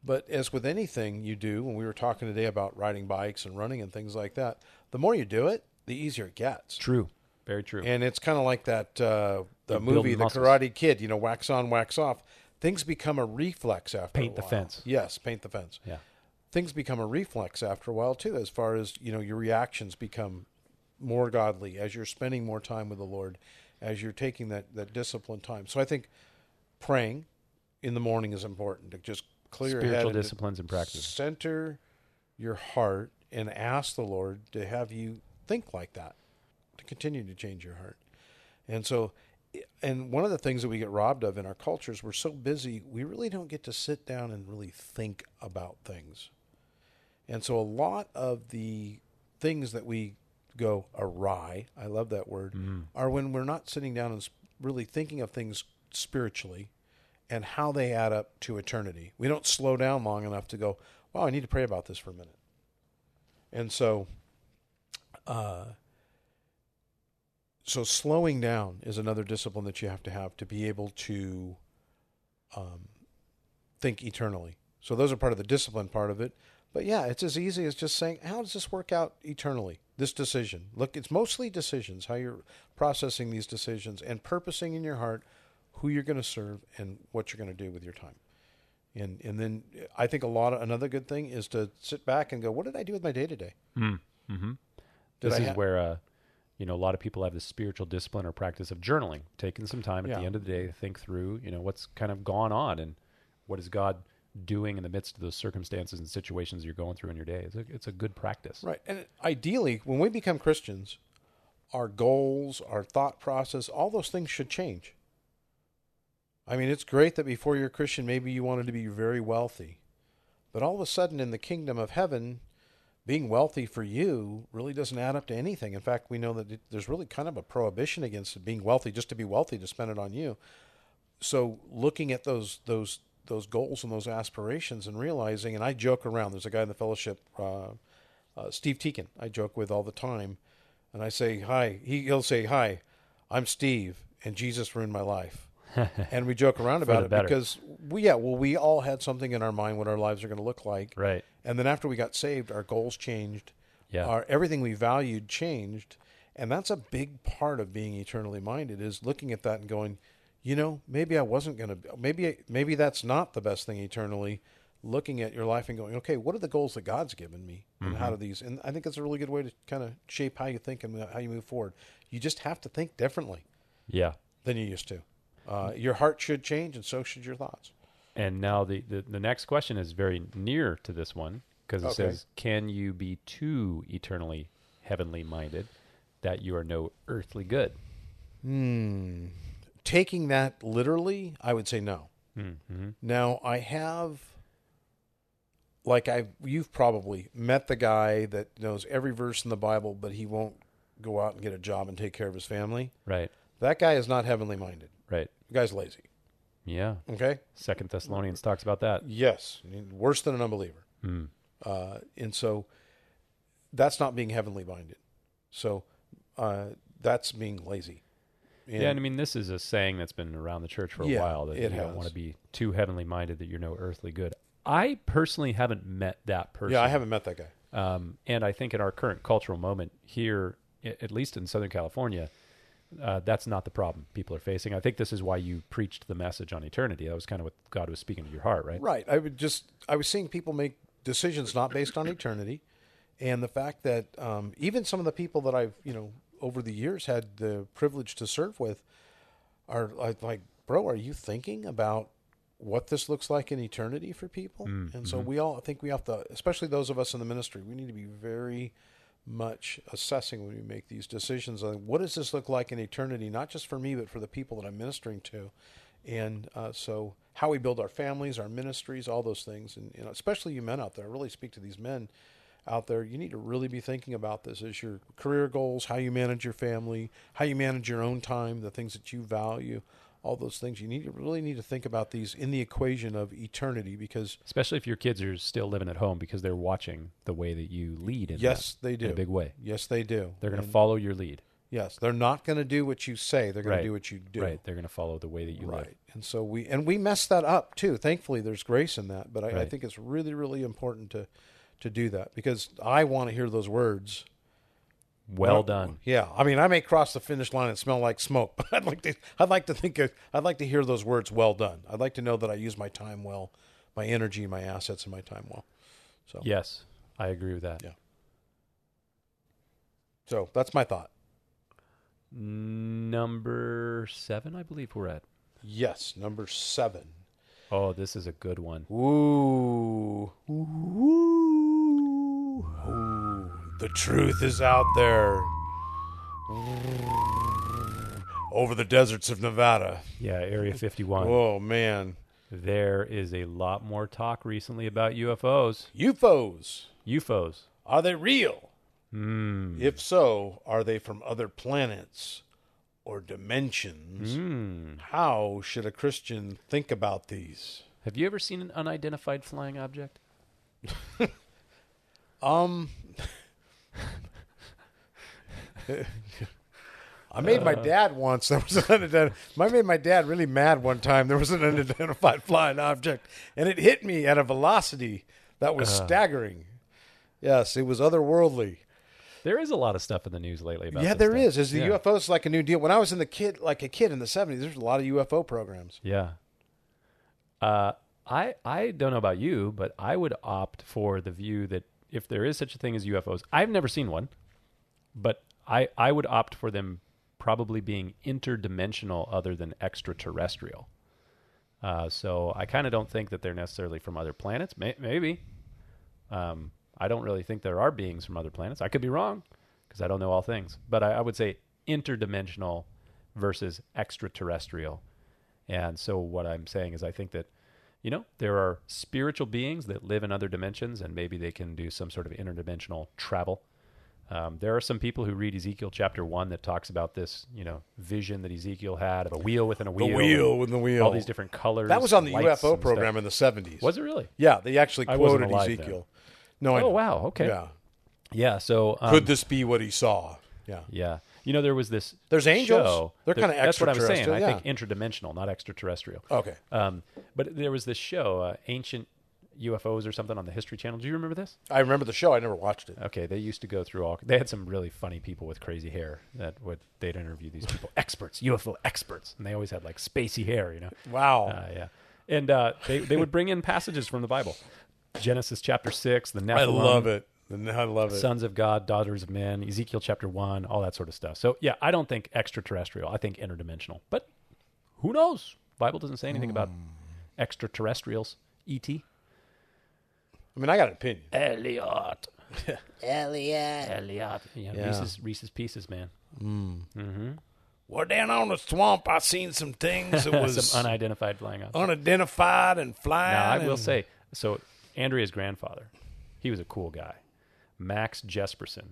[SPEAKER 2] But as with anything you do, when we were talking today about riding bikes and running and things like that, the more you do it, the easier it gets.
[SPEAKER 1] True. Very true.
[SPEAKER 2] And it's kind of like that uh, the
[SPEAKER 1] You build
[SPEAKER 2] movie The
[SPEAKER 1] muscles.
[SPEAKER 2] Karate Kid. You know, wax on, wax off. Things become a reflex after a
[SPEAKER 1] Paint the
[SPEAKER 2] while.
[SPEAKER 1] fence.
[SPEAKER 2] Yes, paint the fence.
[SPEAKER 1] yeah.
[SPEAKER 2] Things become a reflex after a while too, as far as you know, your reactions become more godly as you're spending more time with the Lord, as you're taking that that disciplined time. So I think praying in the morning is important to just clear your head
[SPEAKER 1] Spiritual
[SPEAKER 2] and to
[SPEAKER 1] disciplines and practice.
[SPEAKER 2] Center your heart and ask the Lord to have you think like that, to continue to change your heart. And so, and one of the things that we get robbed of in our culture is we're so busy, we really don't get to sit down and really think about things. And so, a lot of the things that we go awry, I love that word, are when we're not sitting down and s- really thinking of things spiritually and how they add up to eternity. We don't slow down long enough to go, wow, I need to pray about this for a minute. And so, uh, so slowing down is another discipline that you have to have to be able to um, think eternally. So those are part of the discipline part of it. But yeah, it's as easy as just saying, how does this work out eternally? This decision. Look, it's mostly decisions, how you're processing these decisions and purposing in your heart who you're going to serve and what you're going to do with your time. And and then I think a lot of another good thing is to sit back and go, what did I do with my day today?
[SPEAKER 1] Mm-hmm.
[SPEAKER 2] Did
[SPEAKER 1] This
[SPEAKER 2] I
[SPEAKER 1] is
[SPEAKER 2] ha-
[SPEAKER 1] where uh, you know a lot of people have this spiritual discipline or practice of journaling, taking some time at
[SPEAKER 2] Yeah.
[SPEAKER 1] the end of the day to think through, you know, what's kind of gone on and what is God doing in the midst of those circumstances and situations you're going through in your day. It's a, it's a good practice.
[SPEAKER 2] Right. And ideally, when we become Christians, our goals, our thought process, all those things should change. I mean, it's great that before you're a Christian, maybe you wanted to be very wealthy. But all of a sudden, in the kingdom of heaven, being wealthy for you really doesn't add up to anything. In fact, we know that it- there's really kind of a prohibition against being wealthy just to be wealthy to spend it on you. So, looking at those those those goals and those aspirations and realizing, and I joke around. There's a guy in the fellowship, uh, uh, Steve Teakin. I joke with all the time, and I say hi. He, he'll say hi. I'm Steve, and Jesus ruined my life. and we joke around about
[SPEAKER 1] the
[SPEAKER 2] it
[SPEAKER 1] better.
[SPEAKER 2] because we, yeah, well, we all had something in our mind what our lives are going to look like,
[SPEAKER 1] Right.
[SPEAKER 2] and then after we got saved, our goals changed.
[SPEAKER 1] Yeah.
[SPEAKER 2] Our everything we valued changed. And that's a big part of being eternally minded is looking at that and going, you know, maybe I wasn't going to maybe maybe that's not the best thing eternally. Looking at your life and going, okay, what are the goals that God's given me, and
[SPEAKER 1] Mm-hmm.
[SPEAKER 2] how do these? And I think that's a really good way to kind of shape how you think and how you move forward. You just have to think differently
[SPEAKER 1] Yeah.
[SPEAKER 2] than you used to.
[SPEAKER 1] Mm-hmm.
[SPEAKER 2] Uh, your heart should change, and so should your thoughts.
[SPEAKER 1] And now the, the, the next question is very near to this one because it
[SPEAKER 2] Okay.
[SPEAKER 1] says, Can you be too eternally heavenly minded that you are no earthly good?
[SPEAKER 2] Hmm. Taking that literally, I would say no.
[SPEAKER 1] Mm-hmm.
[SPEAKER 2] Now I have, like I, you've probably met the guy that knows every verse in the Bible, but he won't go out and get a job and take care of his family.
[SPEAKER 1] Right.
[SPEAKER 2] That guy is not heavenly minded.
[SPEAKER 1] Right.
[SPEAKER 2] The guy's lazy.
[SPEAKER 1] Yeah.
[SPEAKER 2] Okay.
[SPEAKER 1] Second Thessalonians talks about that.
[SPEAKER 2] Yes, worse than an unbeliever.
[SPEAKER 1] Mm.
[SPEAKER 2] Uh, and so that's not being heavenly minded. So uh, that's being lazy.
[SPEAKER 1] Yeah, and I mean, this is a saying that's been around the church for a
[SPEAKER 2] Yeah,
[SPEAKER 1] while that you
[SPEAKER 2] it
[SPEAKER 1] don't
[SPEAKER 2] has.
[SPEAKER 1] want to be too heavenly minded that you're no earthly good. I personally haven't met that person.
[SPEAKER 2] yeah, I haven't met that guy.
[SPEAKER 1] Um, and I think in our current cultural moment here, i- at least in Southern California, uh, that's not the problem people are facing. I think this is why you preached the message on eternity. That was kind of what God was speaking to your heart, right?
[SPEAKER 2] Right. I would just I was seeing people make decisions not based on eternity, and the fact that um, even some of the people that I've you know over the years had the privilege to serve with are like, like bro, are you thinking about what this looks like in eternity for people? And so we all I think we have to, especially those of us in the ministry, we need to be very much assessing when we make these decisions on what does this look like in eternity, not just for me, but for the people that I'm ministering to. And uh, so, how we build our families, our ministries, all those things, and you know, especially you men out there, I really speak to these men out there. You need to really be thinking about this as your career goals, how you manage your family, how you manage your own time, the things that you value, all those things. You need to really need to think about these in the equation of eternity because
[SPEAKER 1] Especially if your kids are still living at home because they're watching the way that you lead in,
[SPEAKER 2] yes,
[SPEAKER 1] that-
[SPEAKER 2] they do.
[SPEAKER 1] in a big way.
[SPEAKER 2] Yes, they do.
[SPEAKER 1] They're going to
[SPEAKER 2] And-
[SPEAKER 1] follow your lead,
[SPEAKER 2] Yes, they're not going to do what you say. They're going
[SPEAKER 1] Right.
[SPEAKER 2] to do what you do.
[SPEAKER 1] right? They're going to follow the way that you
[SPEAKER 2] right.
[SPEAKER 1] live.
[SPEAKER 2] And so we and we mess that up too. Thankfully, there's grace in that. But I, I
[SPEAKER 1] Right.
[SPEAKER 2] think it's really, really important to to do that because I want to hear those words
[SPEAKER 1] Well done.
[SPEAKER 2] Yeah, I mean, I may cross the finish line and smell like smoke, but I'd like to. I'd like to think. Of, I'd like to hear those words. Well done. I'd like to know that I use my time well, my energy, my assets, and my time well.
[SPEAKER 1] Yes, I agree with that.
[SPEAKER 2] Yeah. So that's my thought.
[SPEAKER 1] Number seven, I believe we're at.
[SPEAKER 2] Yes, number seven.
[SPEAKER 1] Oh, this is a good one.
[SPEAKER 2] Ooh. Ooh. Ooh. The truth is out there. Over the deserts of Nevada.
[SPEAKER 1] Yeah, Area 51.
[SPEAKER 2] Oh, man.
[SPEAKER 1] There is a lot more talk recently about UFOs.
[SPEAKER 2] UFOs.
[SPEAKER 1] UFOs.
[SPEAKER 2] Are they real? If so, are they from other planets or dimensions? How should a Christian think about these?
[SPEAKER 1] Have you ever seen an unidentified flying object?
[SPEAKER 2] Um, I made my dad once. There was an unidentified. I made my dad really mad one time. There was an unidentified flying object, and it hit me at a velocity that was staggering. Yes, it was otherworldly.
[SPEAKER 1] There is a lot of stuff in the news lately about
[SPEAKER 2] Yeah,
[SPEAKER 1] this
[SPEAKER 2] there
[SPEAKER 1] stuff.
[SPEAKER 2] is. Is the
[SPEAKER 1] yeah.
[SPEAKER 2] UFOs like a new deal? When I was in the kid, like a kid in the seventies, there's a lot of UFO programs.
[SPEAKER 1] Yeah. Uh, I I don't know about you, but I would opt for the view that if there is such a thing as UFOs, I've never seen one, but I I would opt for them probably being interdimensional other than extraterrestrial. Uh, so I kind of don't think that they're necessarily from other planets. May- maybe. Um, I don't really think there are beings from other planets. I could be wrong because I don't know all things, but I, I would say interdimensional versus extraterrestrial. And so what I'm saying is I think that you know there are spiritual beings that live in other dimensions and maybe they can do some sort of interdimensional travel. Um, there are some people who read Ezekiel chapter one that talks about this, you know, vision that Ezekiel had of a wheel within a wheel, and
[SPEAKER 2] wheel within the wheel.
[SPEAKER 1] all these different colors.
[SPEAKER 2] That was on the
[SPEAKER 1] lights
[SPEAKER 2] UFO
[SPEAKER 1] and
[SPEAKER 2] program
[SPEAKER 1] stuff.
[SPEAKER 2] in the seventies.
[SPEAKER 1] Was it really?
[SPEAKER 2] Yeah, they actually
[SPEAKER 1] I wasn't
[SPEAKER 2] quoted
[SPEAKER 1] alive then.
[SPEAKER 2] Ezekiel. No, I
[SPEAKER 1] Oh
[SPEAKER 2] know.
[SPEAKER 1] wow. Okay.
[SPEAKER 2] Yeah,
[SPEAKER 1] Yeah, so um,
[SPEAKER 2] could this be what he saw? Yeah,
[SPEAKER 1] yeah, you know there was this.
[SPEAKER 2] There's angels.
[SPEAKER 1] show-
[SPEAKER 2] They're
[SPEAKER 1] there-
[SPEAKER 2] kinda
[SPEAKER 1] That's what I'm saying.
[SPEAKER 2] extraterrestrial, Oh.
[SPEAKER 1] I think interdimensional, not extraterrestrial.
[SPEAKER 2] okay.
[SPEAKER 1] Um, but there was this show, uh, ancient UFOs or something, on the History Channel. Do you remember this?
[SPEAKER 2] I remember the show. I never watched it.
[SPEAKER 1] Okay, they used to go through all. They had some really funny people with crazy hair that would they'd interview these people, experts, UFO experts, and they always had like spacey hair, you know.
[SPEAKER 2] Wow.
[SPEAKER 1] Uh, yeah, and uh, they they would bring in passages from the Bible, Genesis chapter six, the Nephilim,
[SPEAKER 2] I love it. I love it.
[SPEAKER 1] sons of God, daughters of men, Ezekiel chapter one, all that sort of stuff. So yeah, I don't think extraterrestrial. I think interdimensional. But who knows? Bible doesn't say anything about extraterrestrials. E ET.
[SPEAKER 2] I mean, I got an opinion.
[SPEAKER 1] Elliot. Elliot. Elliot. Yeah, Reese's Reese's Pieces, man.
[SPEAKER 2] Well, down on the swamp, I seen some things that
[SPEAKER 1] Some unidentified flying
[SPEAKER 2] Oh,
[SPEAKER 1] object.
[SPEAKER 2] unidentified and flying.
[SPEAKER 1] Now, I will say, so Andrea's grandfather, he was a cool guy. Max Jesperson.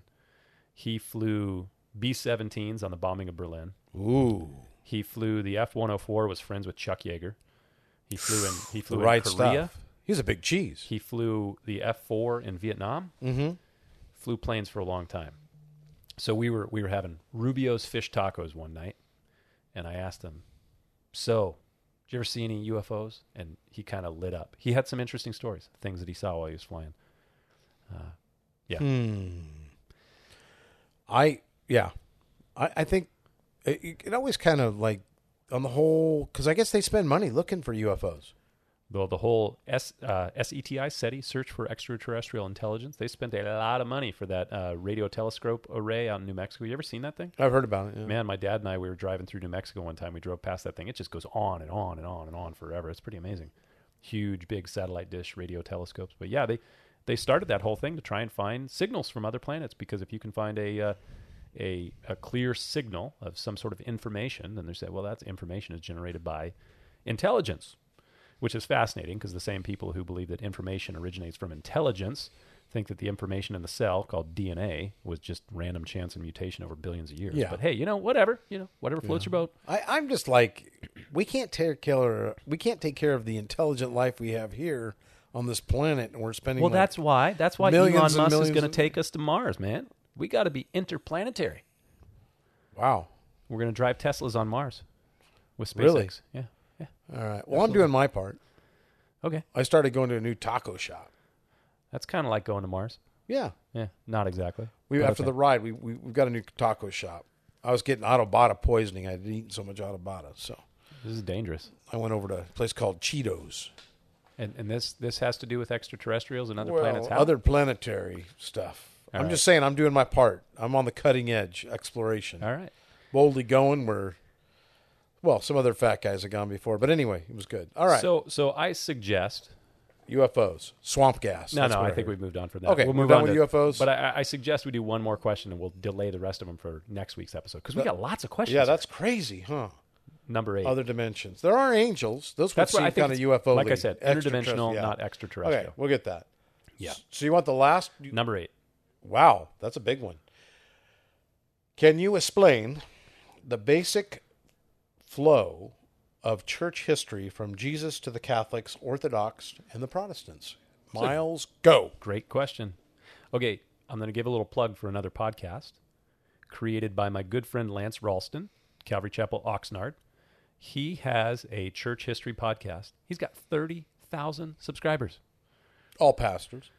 [SPEAKER 1] He flew B-17s on the bombing of Berlin.
[SPEAKER 2] Ooh,
[SPEAKER 1] He flew the F-104. Was friends with Chuck Yeager. He flew in. He
[SPEAKER 2] the
[SPEAKER 1] flew
[SPEAKER 2] right
[SPEAKER 1] in Korea.
[SPEAKER 2] stuff. He's a big cheese.
[SPEAKER 1] He flew the F-4 in Vietnam. Mm-hmm. Flew planes for a long time. So we were we were having Rubio's fish tacos one night, and I asked him, "So, did you ever see any UFOs?" And he kind of lit up. He had some interesting stories, things that he saw while he was flying.
[SPEAKER 2] I yeah, I, I think it, it always kind of like on the whole because I guess they spend money looking for UFOs.
[SPEAKER 1] Though the whole S, uh, SETI SETI search for extraterrestrial intelligence, they spent a lot of money for that uh, radio telescope array out in New Mexico. You ever seen that thing?
[SPEAKER 2] I've heard about it. yeah.
[SPEAKER 1] Man, my dad and I, we were driving through New Mexico one time. We drove past that thing. It just goes on and on and on and on forever. It's pretty amazing. Huge, big satellite dish radio telescopes. But yeah, they they started that whole thing to try and find signals from other planets because if you can find a uh, a, a clear signal of some sort of information, then they say, well, that information is generated by intelligence, which is fascinating because the same people who believe that information originates from intelligence think that the information in the cell called DNA was just random chance and mutation over billions of years.
[SPEAKER 2] Yeah.
[SPEAKER 1] But hey, you know, whatever, you know, whatever floats your boat.
[SPEAKER 2] I, I'm just like, we can't take care. We can't take care of the intelligent life we have here on this planet, and we're spending.
[SPEAKER 1] Well,
[SPEAKER 2] like-
[SPEAKER 1] that's why that's why
[SPEAKER 2] Millions
[SPEAKER 1] Elon
[SPEAKER 2] and
[SPEAKER 1] Musk is
[SPEAKER 2] millions
[SPEAKER 1] going to
[SPEAKER 2] of-
[SPEAKER 1] take us to Mars, man. We got to be interplanetary.
[SPEAKER 2] wow.
[SPEAKER 1] We're going to drive Teslas on Mars with SpaceX.
[SPEAKER 2] Really?
[SPEAKER 1] Yeah. Yeah.
[SPEAKER 2] All right. Well, I'm doing my part.
[SPEAKER 1] Okay.
[SPEAKER 2] I started going to a new taco shop.
[SPEAKER 1] That's kind of like going to Mars.
[SPEAKER 2] Yeah,
[SPEAKER 1] Yeah, not exactly.
[SPEAKER 2] We
[SPEAKER 1] But
[SPEAKER 2] after
[SPEAKER 1] okay.
[SPEAKER 2] the ride, we, we we got a new taco shop. I was getting Autobata poisoning. I had eaten so much Autobata, so
[SPEAKER 1] this is dangerous,
[SPEAKER 2] I went over to a place called Cheetos.
[SPEAKER 1] and and this this has to do with extraterrestrials and other
[SPEAKER 2] Well,
[SPEAKER 1] planets. How?
[SPEAKER 2] other planetary stuff.
[SPEAKER 1] All
[SPEAKER 2] I'm
[SPEAKER 1] right.
[SPEAKER 2] just saying, I'm doing my part. I'm on the cutting edge exploration,
[SPEAKER 1] all right.
[SPEAKER 2] boldly going where, well, some other fat guys have gone before. But anyway, it was good. All right,
[SPEAKER 1] So so I suggest
[SPEAKER 2] UFOs, swamp gas.
[SPEAKER 1] no
[SPEAKER 2] That's
[SPEAKER 1] no
[SPEAKER 2] what
[SPEAKER 1] I think
[SPEAKER 2] heard.
[SPEAKER 1] we've moved on from that.
[SPEAKER 2] Okay,
[SPEAKER 1] we'll
[SPEAKER 2] we're
[SPEAKER 1] move
[SPEAKER 2] done
[SPEAKER 1] on
[SPEAKER 2] with
[SPEAKER 1] to-
[SPEAKER 2] UFOs?
[SPEAKER 1] But I, I suggest we do one more question and we'll delay the rest of them for next week's episode because we got lots of questions.
[SPEAKER 2] Yeah, that's crazy, huh?
[SPEAKER 1] number eight.
[SPEAKER 2] Other dimensions. There are angels. Those would
[SPEAKER 1] That's what
[SPEAKER 2] seem
[SPEAKER 1] I think.
[SPEAKER 2] kind of
[SPEAKER 1] it's-
[SPEAKER 2] UFO.
[SPEAKER 1] Like I
[SPEAKER 2] -ly.
[SPEAKER 1] said,
[SPEAKER 2] Extraterrestri-
[SPEAKER 1] interdimensional,
[SPEAKER 2] yeah.
[SPEAKER 1] not
[SPEAKER 2] Okay,
[SPEAKER 1] extraterrestrial.
[SPEAKER 2] we'll get that.
[SPEAKER 1] Yeah.
[SPEAKER 2] So you want the last? you-
[SPEAKER 1] Number eight.
[SPEAKER 2] Wow, that's a big one. Can you explain the basic flow of church history from Jesus to the Catholics, Orthodox, and the Protestants? Miles, go.
[SPEAKER 1] Great question. Okay, I'm going to give a little plug for another podcast created by my good friend Lance Ralston, Calvary Chapel, Oxnard. He has a church history podcast. He's got 30,000 subscribers.
[SPEAKER 2] All pastors.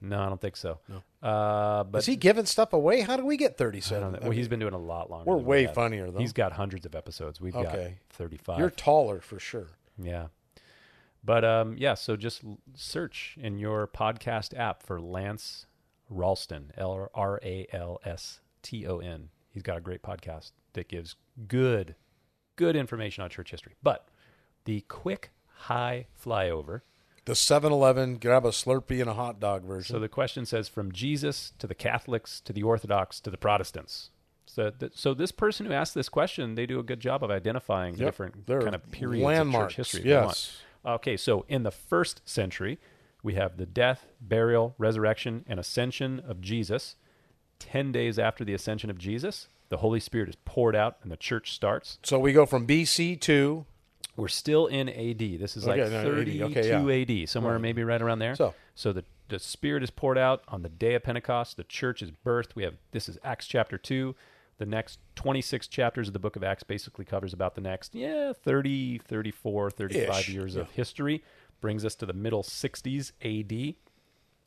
[SPEAKER 1] No, I don't think so. No. Uh, but
[SPEAKER 2] Is he giving stuff away? How do we get
[SPEAKER 1] I don't
[SPEAKER 2] 37?
[SPEAKER 1] know. well, he's been doing a lot longer.
[SPEAKER 2] We're
[SPEAKER 1] than we
[SPEAKER 2] way
[SPEAKER 1] have.
[SPEAKER 2] funnier, though.
[SPEAKER 1] He's got hundreds of episodes. We've
[SPEAKER 2] Okay.
[SPEAKER 1] got 35.
[SPEAKER 2] You're taller for sure.
[SPEAKER 1] Yeah. But um, yeah, so just l- search in your podcast app for Lance Ralston, L R A L S T O N. He's got a great podcast that gives good, good information on church history. But the quick high flyover.
[SPEAKER 2] The 7 Eleven, grab a Slurpee and a hot dog version.
[SPEAKER 1] So the question says from Jesus to the Catholics to the Orthodox to the Protestants. So, th- so this person who asked this question, they do a good job of identifying the
[SPEAKER 2] Yep,
[SPEAKER 1] different
[SPEAKER 2] they're
[SPEAKER 1] kind of periods
[SPEAKER 2] landmarks,
[SPEAKER 1] of church history. if you want.
[SPEAKER 2] yes.
[SPEAKER 1] Okay, so in the first century, we have the death, burial, resurrection, and ascension of Jesus. Ten days after the ascension of Jesus, the Holy Spirit is poured out and the church starts.
[SPEAKER 2] So we go from BC to.
[SPEAKER 1] We're still in AD. This is like
[SPEAKER 2] Okay, no,
[SPEAKER 1] 32
[SPEAKER 2] AD, okay, yeah.
[SPEAKER 1] AD, somewhere maybe right around there.
[SPEAKER 2] So-
[SPEAKER 1] the, the Spirit is poured out on the day of Pentecost. The church is birthed. We have this is Acts chapter 2. The next 26 chapters of the book of Acts basically covers about the next, yeah, 30, 34, 35
[SPEAKER 2] Ish,
[SPEAKER 1] years of history. Brings us to the middle 60s AD.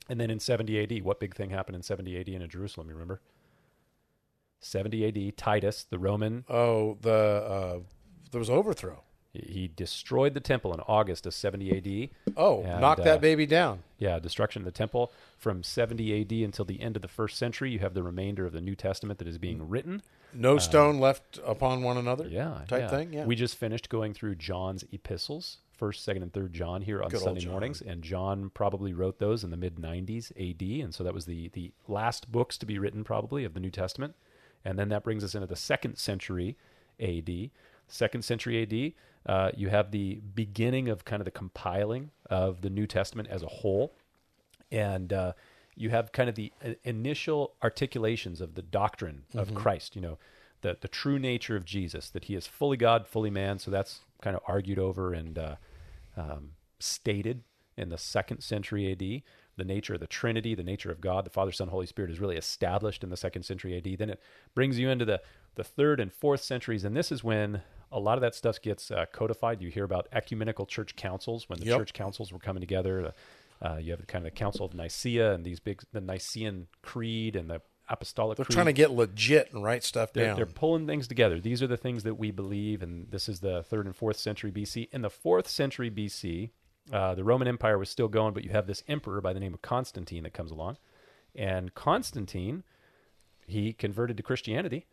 [SPEAKER 1] And then in 70 AD, what big thing happened in 70 AD in Jerusalem, you remember? 70 AD, Titus, the Roman
[SPEAKER 2] Oh, the uh, there was overthrow.
[SPEAKER 1] he destroyed the temple in August of 70 AD.
[SPEAKER 2] Oh,
[SPEAKER 1] And,
[SPEAKER 2] knock
[SPEAKER 1] uh,
[SPEAKER 2] that baby down.
[SPEAKER 1] Yeah, destruction of the temple from 70 AD until the end of the first century. You have the remainder of the New Testament that is being written.
[SPEAKER 2] No stone left upon one another.
[SPEAKER 1] Mm. Uh, Yeah,
[SPEAKER 2] type
[SPEAKER 1] yeah.
[SPEAKER 2] thing. Yeah,
[SPEAKER 1] We just finished going through John's epistles, first, second, and third John here on
[SPEAKER 2] Good old
[SPEAKER 1] Sunday
[SPEAKER 2] John.
[SPEAKER 1] mornings, and John probably wrote those in the mid 90s AD, and so that was the the last books to be written probably of the New Testament, and then that brings us into the second century AD. Second century AD, uh, you have the beginning of kind of the compiling of the New Testament as a whole and uh, you have kind of the uh, initial articulations of the doctrine of Christ. You know, the the true nature of Jesus that he is fully God, fully man. So that's kind of argued over and uh, um, stated in the second century AD. The nature of the Trinity, the nature of God, the Father, Son, Holy Spirit is really established in the second century AD. Then it brings you into the the third and fourth centuries, and this is when a lot of that stuff gets uh, codified. You hear about ecumenical church councils when the
[SPEAKER 2] Yep.
[SPEAKER 1] church councils were coming together. the- uh, you have kind of the Council of Nicaea and these big the Nicene Creed and the Apostolic.
[SPEAKER 2] they're
[SPEAKER 1] Creed.
[SPEAKER 2] trying to get legit and write stuff
[SPEAKER 1] They're,
[SPEAKER 2] down.
[SPEAKER 1] they're pulling things together. These are the things that we believe, and this is the third and fourth century BC. In the fourth century BC, uh, the Roman Empire was still going, but you have this emperor by the name of Constantine that comes along, and Constantine he converted to Christianity,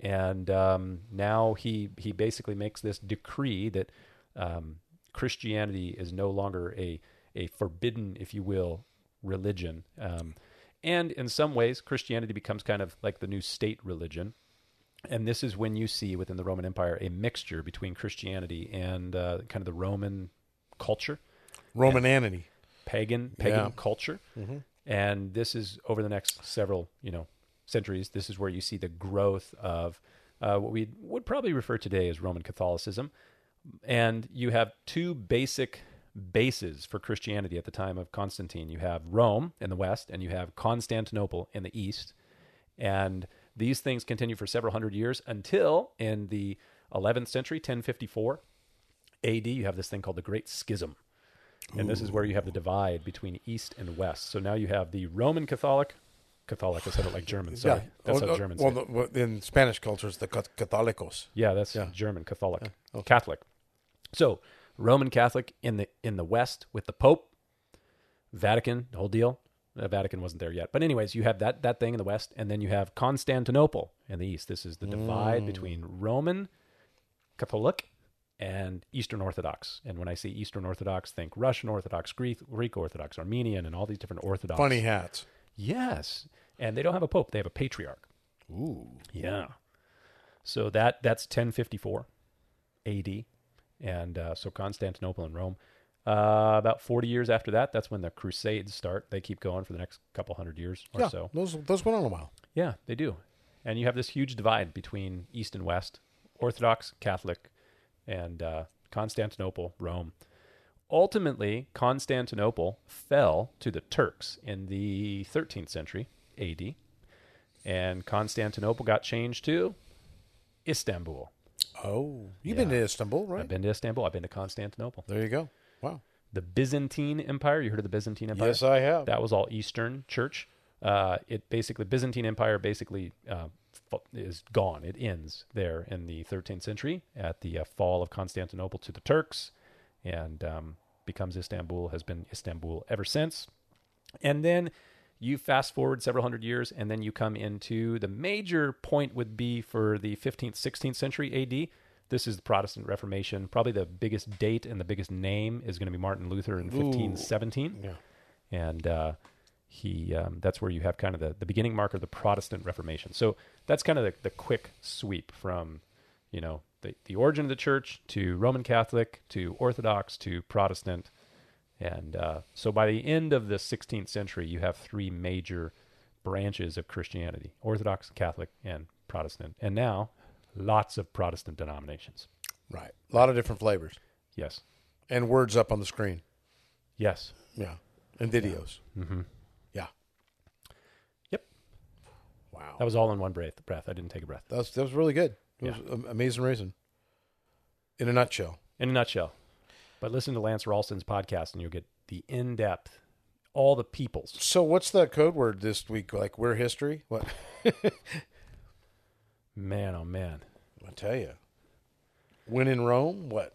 [SPEAKER 1] and um, now he he basically makes this decree that um, Christianity is no longer a a forbidden, if you will, religion. Um, and in some ways, Christianity becomes kind of like the new state religion. And this is when you see within the Roman Empire a mixture between Christianity and uh, kind of the Roman culture
[SPEAKER 2] Romananity.
[SPEAKER 1] pagan pagan
[SPEAKER 2] Yeah.
[SPEAKER 1] culture and this is over the next several you know centuries this is where you see the growth of uh, what we would probably refer today as roman catholicism and you have two basic bases for christianity at the time of constantine you have rome in the west and you have constantinople in the east and these things continue for several hundred years until in the 11th century 1054 AD, you have this thing called the Great Schism. And this is where you have the divide between East and West. So now you have the Roman Catholic Catholic. I said it like German. Sorry,
[SPEAKER 2] Yeah.
[SPEAKER 1] that's
[SPEAKER 2] Oh,
[SPEAKER 1] how
[SPEAKER 2] oh,
[SPEAKER 1] Germans.
[SPEAKER 2] well,
[SPEAKER 1] say it.
[SPEAKER 2] the- well, in Spanish culture, it's the cat- Catholicos.
[SPEAKER 1] Yeah, that's
[SPEAKER 2] Yeah.
[SPEAKER 1] German Catholic.
[SPEAKER 2] okay.
[SPEAKER 1] Catholic. So Roman Catholic in the in the West with the Pope, Vatican, the whole deal. The Vatican wasn't there yet, but anyways, you have that that thing in the West, and then you have Constantinople in the East. This is the
[SPEAKER 2] Mm.
[SPEAKER 1] divide between Roman Catholic and Eastern Orthodox. And when I say Eastern Orthodox, think Russian Orthodox, Greek, Greek Orthodox, Armenian, and all these different Orthodox.
[SPEAKER 2] Funny hats.
[SPEAKER 1] Yes. And they don't have a pope, they have a patriarch.
[SPEAKER 2] Ooh.
[SPEAKER 1] Yeah. So that that's 1054 AD. And uh, so Constantinople and Rome. Uh, about 40 years after that, that's when the Crusades start. They keep going for the next couple hundred years or
[SPEAKER 2] Yeah,
[SPEAKER 1] so.
[SPEAKER 2] those those went on a while.
[SPEAKER 1] Yeah, they do. And you have this huge divide between East and West Orthodox, Catholic, and uh, Constantinople, Rome. Ultimately, Constantinople fell to the Turks in the 13th century AD, and Constantinople got changed to Istanbul.
[SPEAKER 2] Oh, you've been to
[SPEAKER 1] Yeah.
[SPEAKER 2] Istanbul, right?
[SPEAKER 1] I've been to Istanbul, I've been to Constantinople.
[SPEAKER 2] There you go. Wow.
[SPEAKER 1] The Byzantine Empire, you heard of the Byzantine Empire?
[SPEAKER 2] Yes, I have.
[SPEAKER 1] That was all Eastern Church. Uh, it basically Byzantine Empire basically uh, fa- is gone. It ends there in the 13th century at the uh, fall of Constantinople to the Turks, and um, becomes Istanbul. Has been Istanbul ever since. And then you fast forward several hundred years, and then you come into the major point would be for the 15th, 16th century AD. This is the Protestant Reformation. Probably the biggest date and the biggest name is going to be Martin Luther in 1517
[SPEAKER 2] Yeah.
[SPEAKER 1] and uh, he um, that's where you have kind of the, the beginning marker of the Protestant Reformation. So that's kind of the, the quick sweep from you know the, the origin of the church to Roman Catholic to Orthodox to Protestant, and uh, so by the end of the 16th century, you have three major branches of Christianity: Orthodox, Catholic, and Protestant. And now, lots of Protestant denominations.
[SPEAKER 2] Right. A lot of different flavors
[SPEAKER 1] Yes,
[SPEAKER 2] and words up on the screen.
[SPEAKER 1] yes,
[SPEAKER 2] Yeah. And videos. Mm-hmm. Yeah.
[SPEAKER 1] yep.
[SPEAKER 2] Wow.
[SPEAKER 1] That was all in one breath. Breath. I didn't take a breath.
[SPEAKER 2] That was, that was really good. It was an amazing reason. In a nutshell.
[SPEAKER 1] in a nutshell. But listen to Lance Ralston's podcast and you'll get the in depth, all the peoples.
[SPEAKER 2] So, what's the code word this week? Like, we're history? What?
[SPEAKER 1] Man, oh man.
[SPEAKER 2] I tell you. When in Rome? What?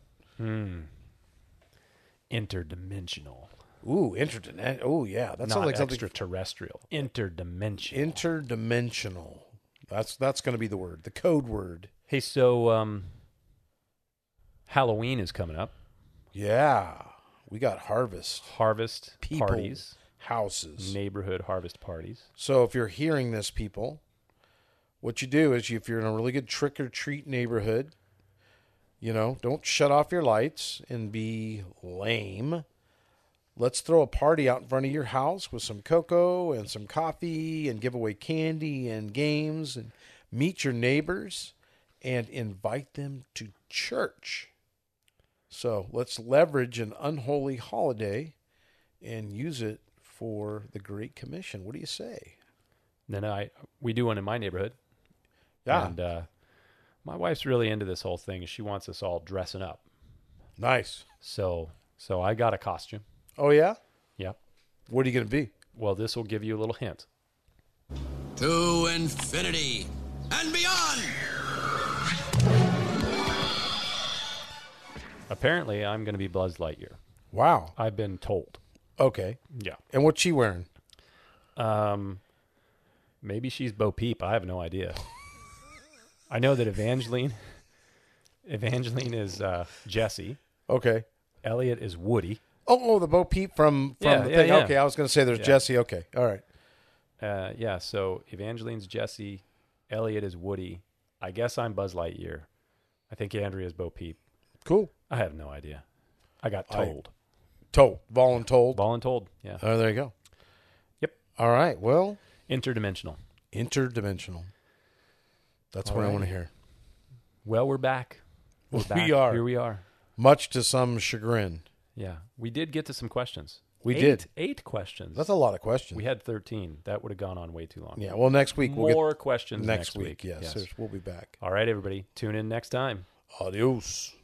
[SPEAKER 1] Interdimensional.
[SPEAKER 2] Ooh, interdimensional. Oh, yeah. That sounds
[SPEAKER 1] not
[SPEAKER 2] like something
[SPEAKER 1] extraterrestrial. Interdimensional.
[SPEAKER 2] interdimensional. That's that's going to be the word, the code word.
[SPEAKER 1] hey, so um, Halloween is coming up.
[SPEAKER 2] Yeah. We got harvest
[SPEAKER 1] Harvest
[SPEAKER 2] people,
[SPEAKER 1] parties,
[SPEAKER 2] houses.
[SPEAKER 1] neighborhood harvest parties.
[SPEAKER 2] So if you're hearing this, people, what you do is you- if you're in a really good trick or treat neighborhood, you know, don't shut off your lights and be lame. Let's throw a party out in front of your house with some cocoa and some coffee and give away candy and games and meet your neighbors and invite them to church. So let's leverage an unholy holiday and use it for the Great Commission. What do you say?
[SPEAKER 1] Then I we do one in my neighborhood.
[SPEAKER 2] Yeah,
[SPEAKER 1] And uh, my wife's really into this whole thing. She wants us all dressing up.
[SPEAKER 2] nice.
[SPEAKER 1] So so I got a costume.
[SPEAKER 2] Oh yeah,
[SPEAKER 1] Yep.
[SPEAKER 2] what are you going to be?
[SPEAKER 1] Well, this will give you a little hint.
[SPEAKER 4] to infinity and beyond.
[SPEAKER 1] Apparently, I'm going to be Buzz Lightyear.
[SPEAKER 2] Wow.
[SPEAKER 1] I've been told.
[SPEAKER 2] Okay.
[SPEAKER 1] Yeah.
[SPEAKER 2] And what's she wearing?
[SPEAKER 1] Um, maybe she's Bo Peep. I have no idea. I know that Evangeline, Evangeline is uh, Jesse.
[SPEAKER 2] Okay.
[SPEAKER 1] Elliot is Woody,
[SPEAKER 2] Oh, oh, the Bo Peep from from
[SPEAKER 1] Yeah,
[SPEAKER 2] the
[SPEAKER 1] yeah,
[SPEAKER 2] thing.
[SPEAKER 1] yeah.
[SPEAKER 2] Okay, I was going to say there's Jesse. Okay, all right.
[SPEAKER 1] Uh, yeah, so Evangeline's Jesse, Elliot is Woody. I guess I'm Buzz Lightyear. I think Andrea is Bo Peep.
[SPEAKER 2] Cool.
[SPEAKER 1] I have no idea. I got
[SPEAKER 2] I-
[SPEAKER 1] told.
[SPEAKER 2] Told, voluntold.
[SPEAKER 1] Voluntold. Yeah.
[SPEAKER 2] Oh, there you go.
[SPEAKER 1] Yep.
[SPEAKER 2] All right. Well,
[SPEAKER 1] Interdimensional.
[SPEAKER 2] interdimensional. That's what I
[SPEAKER 1] Alrighty.
[SPEAKER 2] want to hear.
[SPEAKER 1] Well, we're back. We're
[SPEAKER 2] We
[SPEAKER 1] back.
[SPEAKER 2] are.
[SPEAKER 1] Here we are.
[SPEAKER 2] Much to some chagrin.
[SPEAKER 1] Yeah, we did get to some questions.
[SPEAKER 2] We
[SPEAKER 1] Eight-
[SPEAKER 2] did.
[SPEAKER 1] eight questions.
[SPEAKER 2] That's a lot of questions.
[SPEAKER 1] we had thirteen. That would have gone on way too long.
[SPEAKER 2] yeah. Well, next week we'll
[SPEAKER 1] more
[SPEAKER 2] get
[SPEAKER 1] questions
[SPEAKER 2] next,
[SPEAKER 1] next,
[SPEAKER 2] week. Yes, there's- we'll be back.
[SPEAKER 1] All right, everybody, tune in next time.
[SPEAKER 2] Adios.